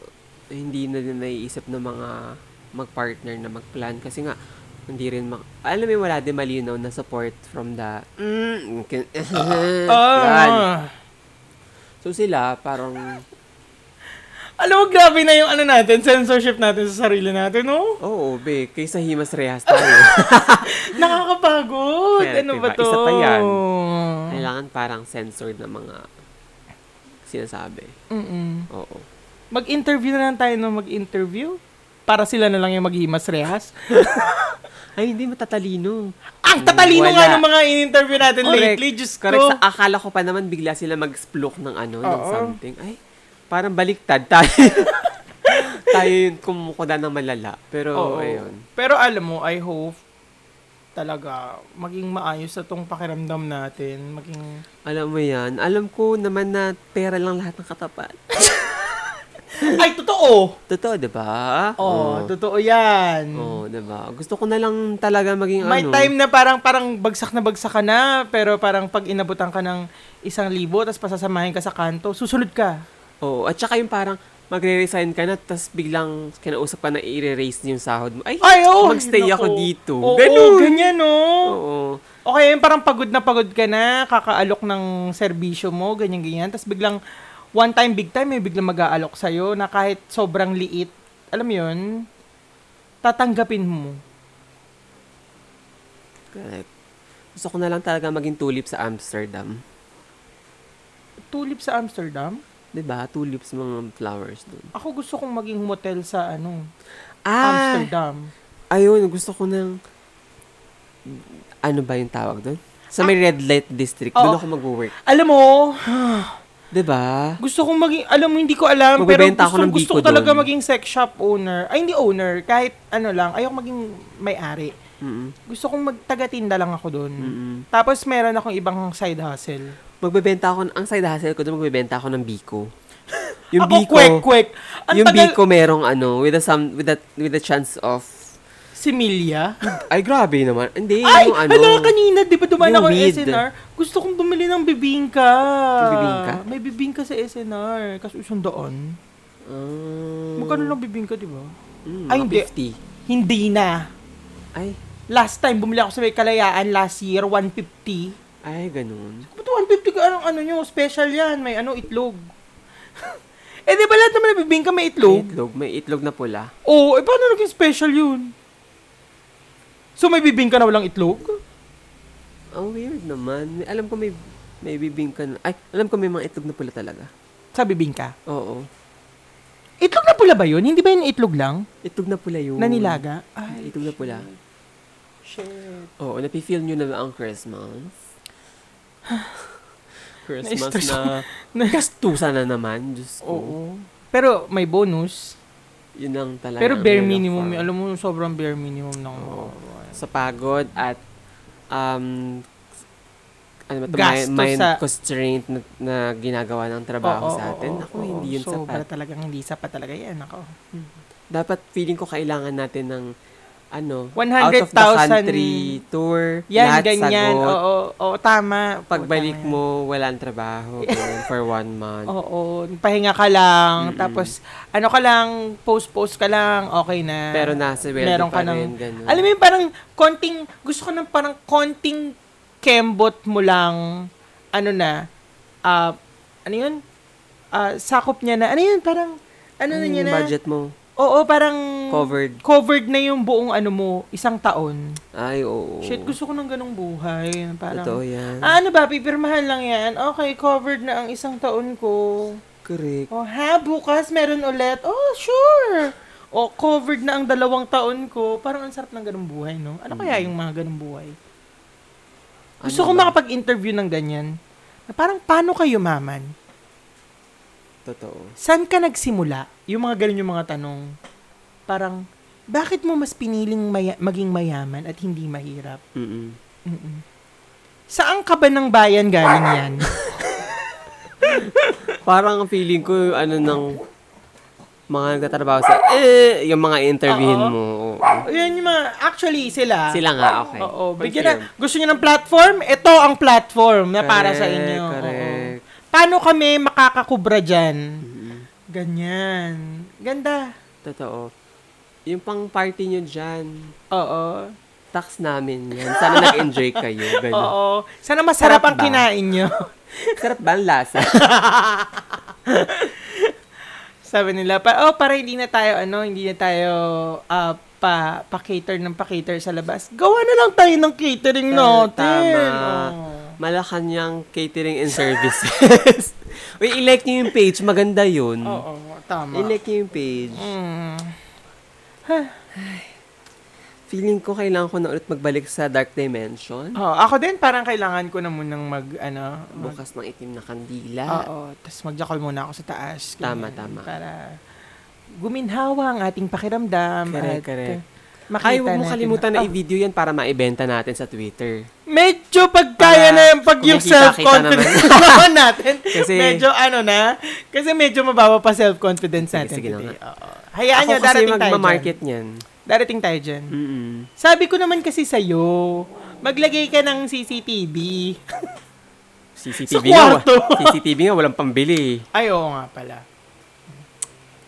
B: hindi na din naiisip ng mga mag-partner na mag-plan kasi nga hindi rin mak- alam mo yun, wala din malinaw na support from the mm, kin- plan.
A: Ah.
B: So sila parang
A: Alam mo, grabe na yung ano natin, censorship natin sa sarili natin, no?
B: oo be kaysa himas rehas tayo.
A: Nakakapagod.
B: Kaya,
A: ano ba
B: diba?
A: to?
B: Isa pa yan. Kailangan parang censored na mga sinasabi.
A: Mm-mm.
B: Oo.
A: Mag-interview na lang tayo ng mag-interview. Para sila na lang yung maghimas rehas.
B: Ay, hindi matatalino.
A: Ang tatalino
B: Wala.
A: nga ng mga in-interview natin lately. Diyos
B: Correct.
A: ko.
B: Sa akala ko pa naman bigla sila mag-splook ng ano, ng
A: Oo.
B: something. Ay, parang baliktad tayo. tayo yung kumukuda ng malala. Pero,
A: Oo.
B: ayun.
A: Pero alam mo, I hope talaga maging maayos na tong pakiramdam natin. Maging...
B: Alam mo yan. Alam ko naman na pera lang lahat ng katapat.
A: Ay, totoo!
B: Totoo, di ba?
A: Oo, totoo yan.
B: Oo, di ba? Gusto ko na lang talaga maging
A: May
B: ano.
A: time na parang parang bagsak na bagsak ka na, pero parang pag inabutan ka ng isang libo, tapos pasasamahin ka sa kanto, susunod ka.
B: Oo. At saka yung parang magre-resign ka na, tapos biglang kinausap ka na i-raise yung sahod mo. Ay,
A: Ay, oo!
B: magstay
A: Ay,
B: ako
A: naku.
B: dito.
A: Oo,
B: Ganun.
A: ganyan, no?
B: Oo.
A: O kaya yung parang pagod na pagod ka na, kakaalok ng serbisyo mo, ganyan-ganyan. Tapos biglang, one time, big time, may biglang mag-aalok sa'yo na kahit sobrang liit, alam mo yun, tatanggapin mo.
B: Correct. Gusto ko na lang talaga maging tulip sa Amsterdam.
A: Tulip sa Amsterdam?
B: 'Di ba? Tulips mga flowers doon.
A: Ako gusto kong maging hotel sa ano,
B: Ah,
A: Amsterdam.
B: ayun, gusto ko ng ano ba yung tawag doon? Sa may red light district,
A: Oo.
B: doon ako mag-work.
A: Alam mo,
B: 'Di ba?
A: gusto kong maging, alam mo, hindi ko alam, pero
B: Magbebenta ako
A: gusto,
B: ng
A: gusto
B: biko
A: ko talaga
B: doon.
A: maging sex shop owner. Ay, hindi owner, kahit ano lang, ayoko maging may-ari.
B: Mm.
A: Gusto kong magtaga-tinda lang ako doon.
B: Mm.
A: Tapos meron akong ibang side hustle.
B: Magbebenta ako, ang side hustle ko doon, magbebenta ako ng biko. Yung
A: ako,
B: biko,
A: quick, quick. Ang
B: yung
A: tagal,
B: biko merong ano, with a, some, with a, with a chance of,
A: si Milia.
B: ay grabe naman, hindi,
A: Ay,
B: yung ano,
A: hala, kanina, di ba dumaan
B: Yung
A: ako ng
B: weed.
A: SNR? Gusto kong bumili ng bibingka.
B: Yung bibingka?
A: May bibingka sa SNR. Kaso isang doon.
B: Um,
A: Magkano lang bibingka, di ba?
B: Mm,
A: Ay,
B: mga
A: hindi.
B: 50.
A: Hindi na.
B: Ay,
A: Last time, bumili ako sa may kalayaan last year, 150.
B: ay, ganun.
A: Ba't 150 ka? Anong ano nyo? Special yan. May ano, itlog. eh, di ba lahat naman ng bibingka may
B: May
A: itlog?
B: itlog, may itlog na pula.
A: Oo, eh paano naging special yun? So may bibingka na walang itlog?
B: Ang weird naman. May- Alam ko may, may bibingka na, ay, alam ko may mga itlog na pula talaga.
A: Sa bibingka.
B: Oo.
A: Itlog na pula ba yun? Hindi ba yun itlog lang?
B: Itlog na pula yun.
A: Na nilaga? Ay,
B: Ay, itlog na pula.
A: shit.
B: Oo, napifeel nyo na ba ang Christmas? Christmas
A: Na-stress
B: na,
A: Na-
B: gastusan na naman, Diyos ko.
A: Oo. Pero may bonus.
B: Yun lang talaga.
A: Pero
B: ang
A: bare
B: yun lang
A: minimum,
B: for-
A: alam mo, sobrang bare minimum ng oh.
B: Sa pagod at, um, ano ba ito,
A: Gastos
B: mind, mind
A: sa-
B: constraint na, na ginagawa ng trabaho sa atin. Ako, hindi yun
A: so,
B: sapat.
A: talagang hindi sapat talaga yan. Ako.
B: Dapat feeling ko kailangan natin ng, ano, out of the
A: 100,000
B: country tour,
A: Yan,
B: lahat
A: ganyan.
B: sagot.
A: Oo, oo, tama. Oo,
B: Pagbalik
A: tama yan.
B: mo, walang trabaho ganun, for one month.
A: Oo, pahinga ka lang. Tapos, ano ka lang, post-post ka lang, okay na.
B: Pero ano? nasa well
A: Meron
B: pa
A: ka ng-
B: rin, ganun.
A: Alam mo yung parang konting, gusto ko ng parang konting kembot mo lang, ano na, ah, ano yun? Ah, sakop niya na, ano yun, parang, ano na
B: Yung
A: niya na?
B: Hmm, budget mo,
A: Oo, parang
B: covered.
A: covered na yung buong ano mo, isang taon.
B: Ay, oo.
A: Shit, gusto ko ng ganong buhay. Parang,
B: Totoo yan.
A: "Ah, ano ba, pipirmahan lang yan. Okay, covered na ang isang taon ko.
B: Correct.
A: Oh, ha, bukas meron ulit. Oh, sure. O, covered na ang dalawang taon ko. Parang ang sarap ng ganung buhay, no? Ano kaya yung mga ganung buhay? Gusto ko
B: Ano ba?
A: makapag-interview ng ganyan. Na parang, paano kayo maman?
B: Totoo.
A: Saan ka nagsimula? Yung mga ganun yung mga tanong. Parang, bakit mo mas piniling maya- maging mayaman at hindi mahirap?
B: Mm-mm.
A: Mm-mm. Saan ka ba ng bayan galing yan?
B: Parang ang feeling ko, ano ng mga nagtatrabaho sa, eh, yung mga interviewin
A: Oo.
B: mo. oo.
A: Yan yung mga, actually, sila.
B: Sila nga, okay.
A: Oo, bigyan na,
B: Confirm.
A: gusto niyo ng platform? Ito ang platform na para sa
B: Correct,
A: inyo. Oo.
B: correct. Mm-hmm.
A: Paano kami makakakubra dyan? Ganyan. Ganda.
B: Totoo. Yung pang party nyo dyan,
A: Oo.
B: tax namin yan. Sana nag-enjoy kayo. Ganun.
A: Oo. Sana masarap
B: Sarap
A: ang
B: ba?
A: kinain nyo.
B: Sarap ba ang lasa?
A: Sabi nila, pa, oh, para hindi na tayo, ano, hindi na tayo ah, pa, pa-cater ng pa-cater sa labas. Gawa na lang tayo ng catering
B: Tama.
A: natin. Oo.
B: Malacanang Catering and Services. Uy, i-like nyo yung page. Maganda yun.
A: Oo, tama.
B: I-like nyo yung page.
A: Mm.
B: Feeling ko kailangan ko na ulit magbalik sa Dark Dimension.
A: Oo, ako din, parang kailangan ko na munang mag, ano, mag-
B: Bukas ng itim na kandila.
A: Oo, tapos magjakol muna ako sa taas.
B: Ah. Tama, tama.
A: Para guminhawa ang ating pakiramdam. at,
B: Correct, correct.
A: uh, makita
B: Ay, huwag mo
A: natin
B: kalimutan na
A: Ah,
B: i-video yan para maibenta natin sa Twitter.
A: medyo pagkaya
B: Para
A: na yung pag yung
B: kumikita-kita
A: self-confidence naman natin. Kasi,
B: Kasi-
A: medyo ano na. Kasi medyo mababa pa self-confidence natin
B: sige na
A: today. Oo. Hayaan nyo,
B: Ako kasi
A: darating tayo dyan.
B: magmamarket niyan.
A: Darating tayo dyan.
B: Mm-mm.
A: Sabi ko naman kasi sa'yo, maglagay ka ng CCTV. Sa
B: CCTV nga. wa-
A: kwarto.
B: CCTV nga, walang pambili.
A: Ay, oo nga pala.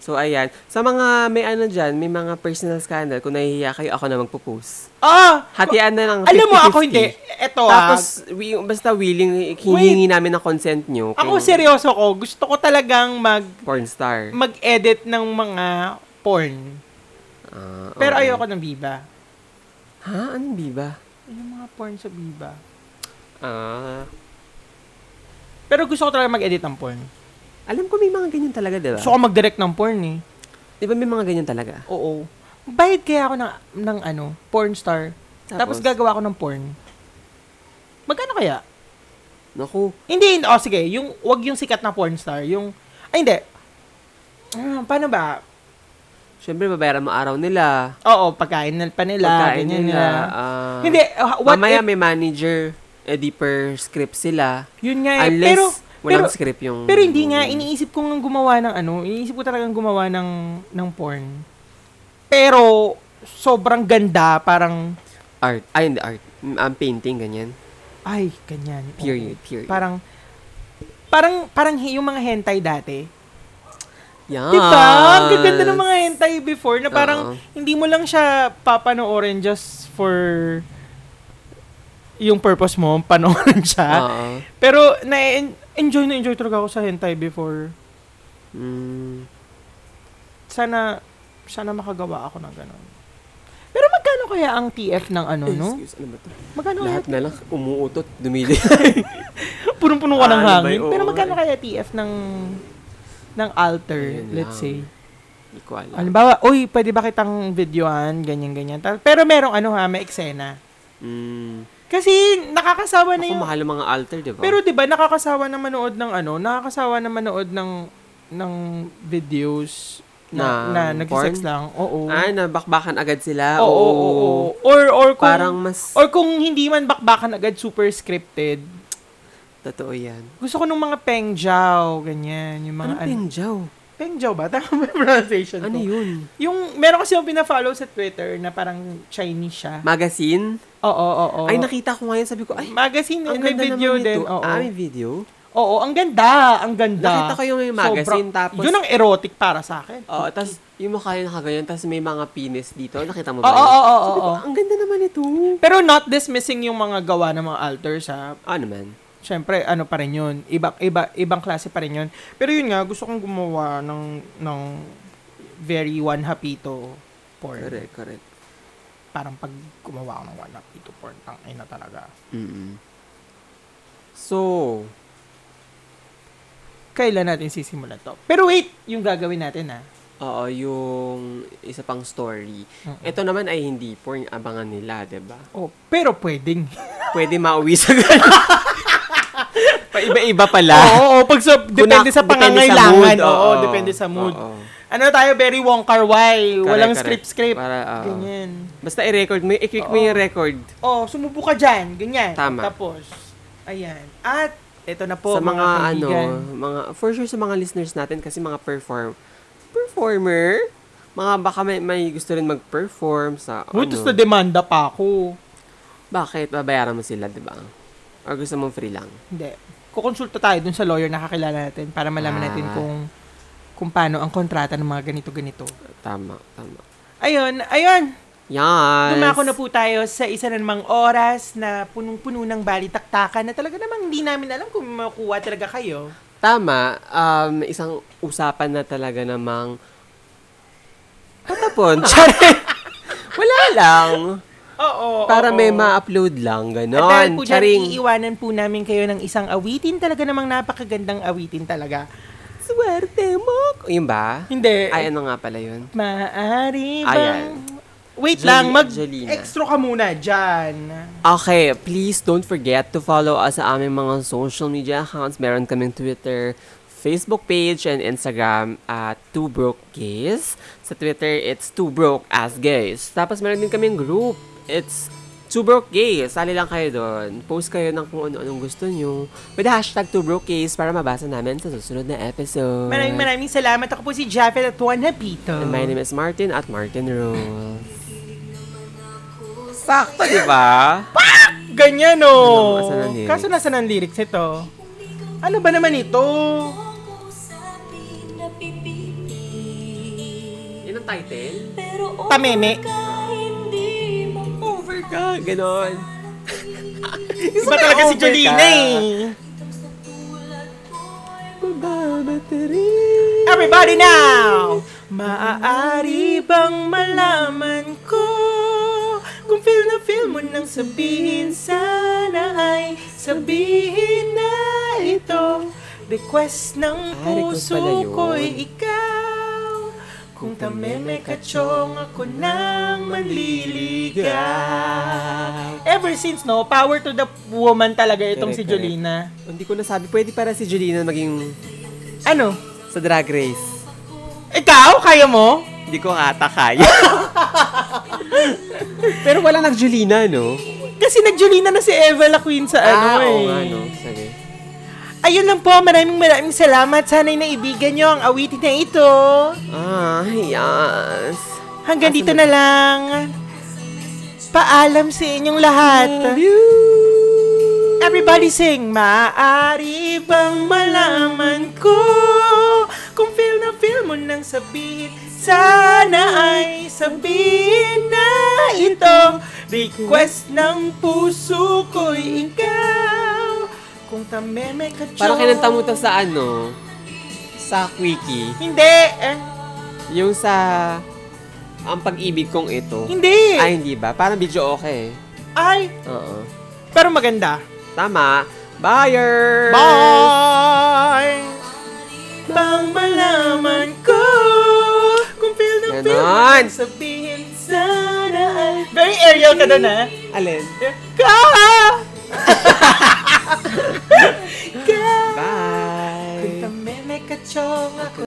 B: So, ayan. Sa mga may ano dyan, may mga personal scandal, kung nahihiya kayo, ako na magpo-post.
A: Ah!
B: Hatian na lang.
A: alam mo,
B: 50-50.
A: ako hindi. Eto, ah,
B: Tapos, wi- basta willing, hihingi namin ng consent nyo.
A: Ako seryoso ko, gusto ko talagang mag
B: Porn star.
A: mag-edit ng mga porn.
B: Ah,
A: Pero
B: oo.
A: ayoko ng Viva.
B: Ha? Anong biba?
A: Yung mga porn sa Viva.
B: Ah.
A: Ah. Pero gusto ko talaga mag-edit ng porn.
B: Alam ko may mga ganyan talaga, di ba?
A: Gusto ko mag-direct ng porn eh.
B: di ba may mga ganyan talaga?
A: Oo. Bayad kaya ako ng, ng ano, porn star. Tapos, gagawa ako ng porn. Magkano kaya?
B: Naku.
A: Hindi, hindi. oh, sige, yung, wag yung sikat na porn star. Yung, ay hindi. Ah, paano ba?
B: Siyempre, babayaran mo araw nila.
A: Oo, pagkain na pa nila.
B: Pagkain
A: ganyan
B: nila.
A: nila.
B: ah,
A: hindi, ah, what
B: mamaya
A: if-
B: may manager, edi per script sila.
A: yun nga eh.
B: Unless,
A: pero,
B: walang
A: pero-
B: script yung...
A: pero hindi nga, iniisip ko ng gumawa ng ano, iniisip ko talagang gumawa ng, ng porn. Pero, sobrang ganda, parang,
B: Art. Ay, hindi art. Mm, um, painting, ganyan.
A: ay, ganyan. oo.
B: Period, period.
A: Parang, parang, parang hi- yung mga hentai dati.
B: Yan.
A: Diba? Ang gaganda ng mga hentai before na parang
B: Ah, Oo.
A: hindi mo lang siya papanoorin just for yung purpose mo, panoorin siya.
B: Oo.
A: Pero na-enjoy na enjoy talaga ako sa hentai before.
B: Mm,
A: Sana sana makagawa ako ng ganun. Pero magkano kaya ang TF ng ano, no?
B: Excuse, ano ba to?
A: Magkano
B: Lahat
A: kaya?
B: na lang umuutot, dumili.
A: Punong-puno ka ng
B: Ah, ano ba
A: hangin.
B: yun?
A: Pero
B: Oo,
A: magkano
B: eh.
A: kaya TF ng ng alter,
B: Ayun
A: let's
B: lang.
A: say.
B: Hindi ko alam.
A: Halimbawa, uy, pwede ba kitang videoan, ganyan-ganyan. Ta- Pero merong ano ha, may eksena.
B: Mm.
A: Kasi nakakasawa na
B: Ako
A: yung...
B: mahal ang mga altar, di ba?
A: Ano Pero 'di ba nakakasawa na manood ng ano, nakakasawa na manood ng ng videos na
B: Ng
A: na, nagse-sex
B: porn? Ah,
A: lang. Oo.
B: Ay, nabakbakan agad sila.
A: oo, oo, oo. Or or kung
B: Parang mas...
A: or kung hindi man bakbakan agad super scripted.
B: Totoo yan.
A: Gusto ko nung mga pengjaw, ganyan, yung mga
B: Ano
A: ano,
B: pengjaw?
A: pengjaw ba? Tama ba yung pronunciation
B: Ano
A: ko?
B: yun?
A: Yung meron kasi yung pina-follow sa Twitter na parang Chinese siya.
B: Magazine?
A: oo, oo, oo.
B: Ay, nakita ko ngayon. Sabi ko, ay,
A: magazine
B: ang
A: and may
B: ganda
A: video
B: naman
A: din.
B: ito.
A: Oo.
B: Ah, may video?
A: Oo, ang ganda, ang ganda.
B: Nakita ko yung may magazine,
A: Sobrang-
B: tapos...
A: Yun ang erotic para sa akin.
B: Oo, tas yung mukha yun nakaganyan, tas may mga penis dito. Nakita
A: Oo,
B: mo ba?
A: oo, oo,
B: yun? Sabi
A: oo,
B: ko,
A: oo.
B: ang ganda naman ito.
A: Pero not dismissing yung mga gawa ng mga alters ha.
B: Ah, naman.
A: Siyempre, ano pa rin yun. Iba, iba, ibang klase pa rin yun. Pero yun nga, gusto kong gumawa ng, ng very one hapito porn.
B: Correct, correct.
A: Parang pag gumawa ako ng one hapito porn, ang ina talaga.
B: mm So,
A: Kailan natin sisimulan to? Pero wait, yung gagawin natin ah. ha.
B: oo, yung isa pang story.
A: Mm-mm.
B: Ito naman ay hindi porn abangan nila, 'di ba?
A: Oh, pero pwedeng.
B: Pwede mauwi sa ganun. Paiba-iba pala.
A: oo, oo, pag sa, depende sa
B: Depende
A: pangangailangan.
B: mood,
A: oo, depende sa mood.
B: oo.
A: Ano tayo, very Wong Kar Wai.
B: Correct,
A: Walang
B: correct.
A: script-script.
B: Para, ah, oo.
A: Ganyan.
B: Basta i-record mo, i-click mo
A: Oo.
B: yung record.
A: Oh, sumubo ka dyan. Ganyan.
B: Tama.
A: Tapos, ayan. At, ito na po,
B: sa mga, ano,
A: kaibigan.
B: mga, for sure sa mga listeners natin kasi mga perform, performer, mga baka may, may gusto rin mag-perform sa,
A: Uy,
B: ano,
A: tapos na demanda pa ako.
B: bakit, babayaran mo sila, di ba? Or gusto mong free lang?
A: Hindi. Kukonsulta tayo dun sa lawyer na kakilala natin para malaman
B: Ah.
A: natin kung kung paano ang kontrata ng mga ganito-ganito.
B: Tama, tama.
A: Ayun, ayun.
B: Yes!
A: Dumako na po tayo sa isa na namang oras na punong-puno ng balitaktakan na talaga namang hindi namin alam kung makuha talaga kayo.
B: Tama. Um, isang usapan na talaga namang patapon. Charit! Wala lang.
A: Oo. oo.
B: Para may ma-upload lang.
A: At dahil
B: Ganon.
A: po dyan,
B: Charing.
A: iiwanan po namin kayo ng isang awitin talaga namang napakagandang awitin talaga.
B: Swerte mo. Yun ba?
A: Hindi.
B: Ay, ano nga pala yun?
A: Maaari bang...
B: Ayan.
A: Wait
B: Joli-
A: lang,
B: Jolina.
A: mag-extra ka muna dyan.
B: Okay, please don't forget to follow us sa aming mga social media accounts. Meron kaming Twitter, Facebook page, and Instagram at Two Broke Gays. Sa Twitter, it's Two Broke As Gays. Tapos meron din kaming group. It's Two Broke Gays. Sali lang kayo doon. Post kayo ng kung ano-anong gusto nyo. With hashtag Two Broke Gays para mabasa namin sa susunod na episode.
A: Maraming maraming salamat. Ako po si Japheth at Juan Napito.
B: And my name is Martin at Martin Rules. Sakto, di ba?
A: Ganyan o.
B: Ano, asan ang lyrics?
A: Kaso nasa ng lyrics ito? Ano ba naman ito?
B: Yun ang title?
A: Tameme.
B: Over ka, ganon.
A: Iba talaga si Jolina eh.
B: Babateri.
A: Everybody now! Maaari bang malaman ko Kung feel na feel mo nang sabihin sana ay Sabihin na ito Request ng
B: Ah,
A: puso
B: request pala yun.
A: ko'y ikaw. Kung tameme kachong ako nang manliligaw. Ever since, no? Power to the woman talaga itong si
B: Correct,
A: Jolina.
B: correct. Hindi ko nasabi, pwede para si Julina maging
A: Ano?
B: sa drag race.
A: Ikaw? Kaya mo?
B: Hindi ko ata kaya. Pero wala nag Julina, no?
A: Kasi nag-Jolina na si Eva La Queen sa ano
B: ah,
A: eh.
B: oo nga, no? Sabi.
A: Ayun lang po, maraming maraming salamat. Sana'y naibigan nyo ang awitin na ito.
B: Ah, yes.
A: Hanggang
B: Ah,
A: dito
B: sunod.
A: na lang. Paalam sa inyong lahat.
B: Mm,
A: Everybody sing, maaari bang malaman ko kung feel na feel mo nang sabihin? Sana ay sabihin na ito. Request ng puso ko'y ikaw. Kung tameme ka
B: Parang
A: Diyos.
B: kinanta mo to sa ano? Sa Quickie.
A: Hindi. Eh,
B: Yung sa... Ang pag-ibig kong ito.
A: hindi. Ay.
B: Ay, hindi ba? Parang video okay. Oo.
A: Pero maganda.
B: Tama. Buyers!
A: Bye! Bang malaman ko kung feel na
B: Ganon.
A: feel mo nang sabihin sana ay... Very aerial ka doon, ha?
B: Alin?
A: Ka! Ka!
B: Bye!
A: Kung tameme ka, chong ako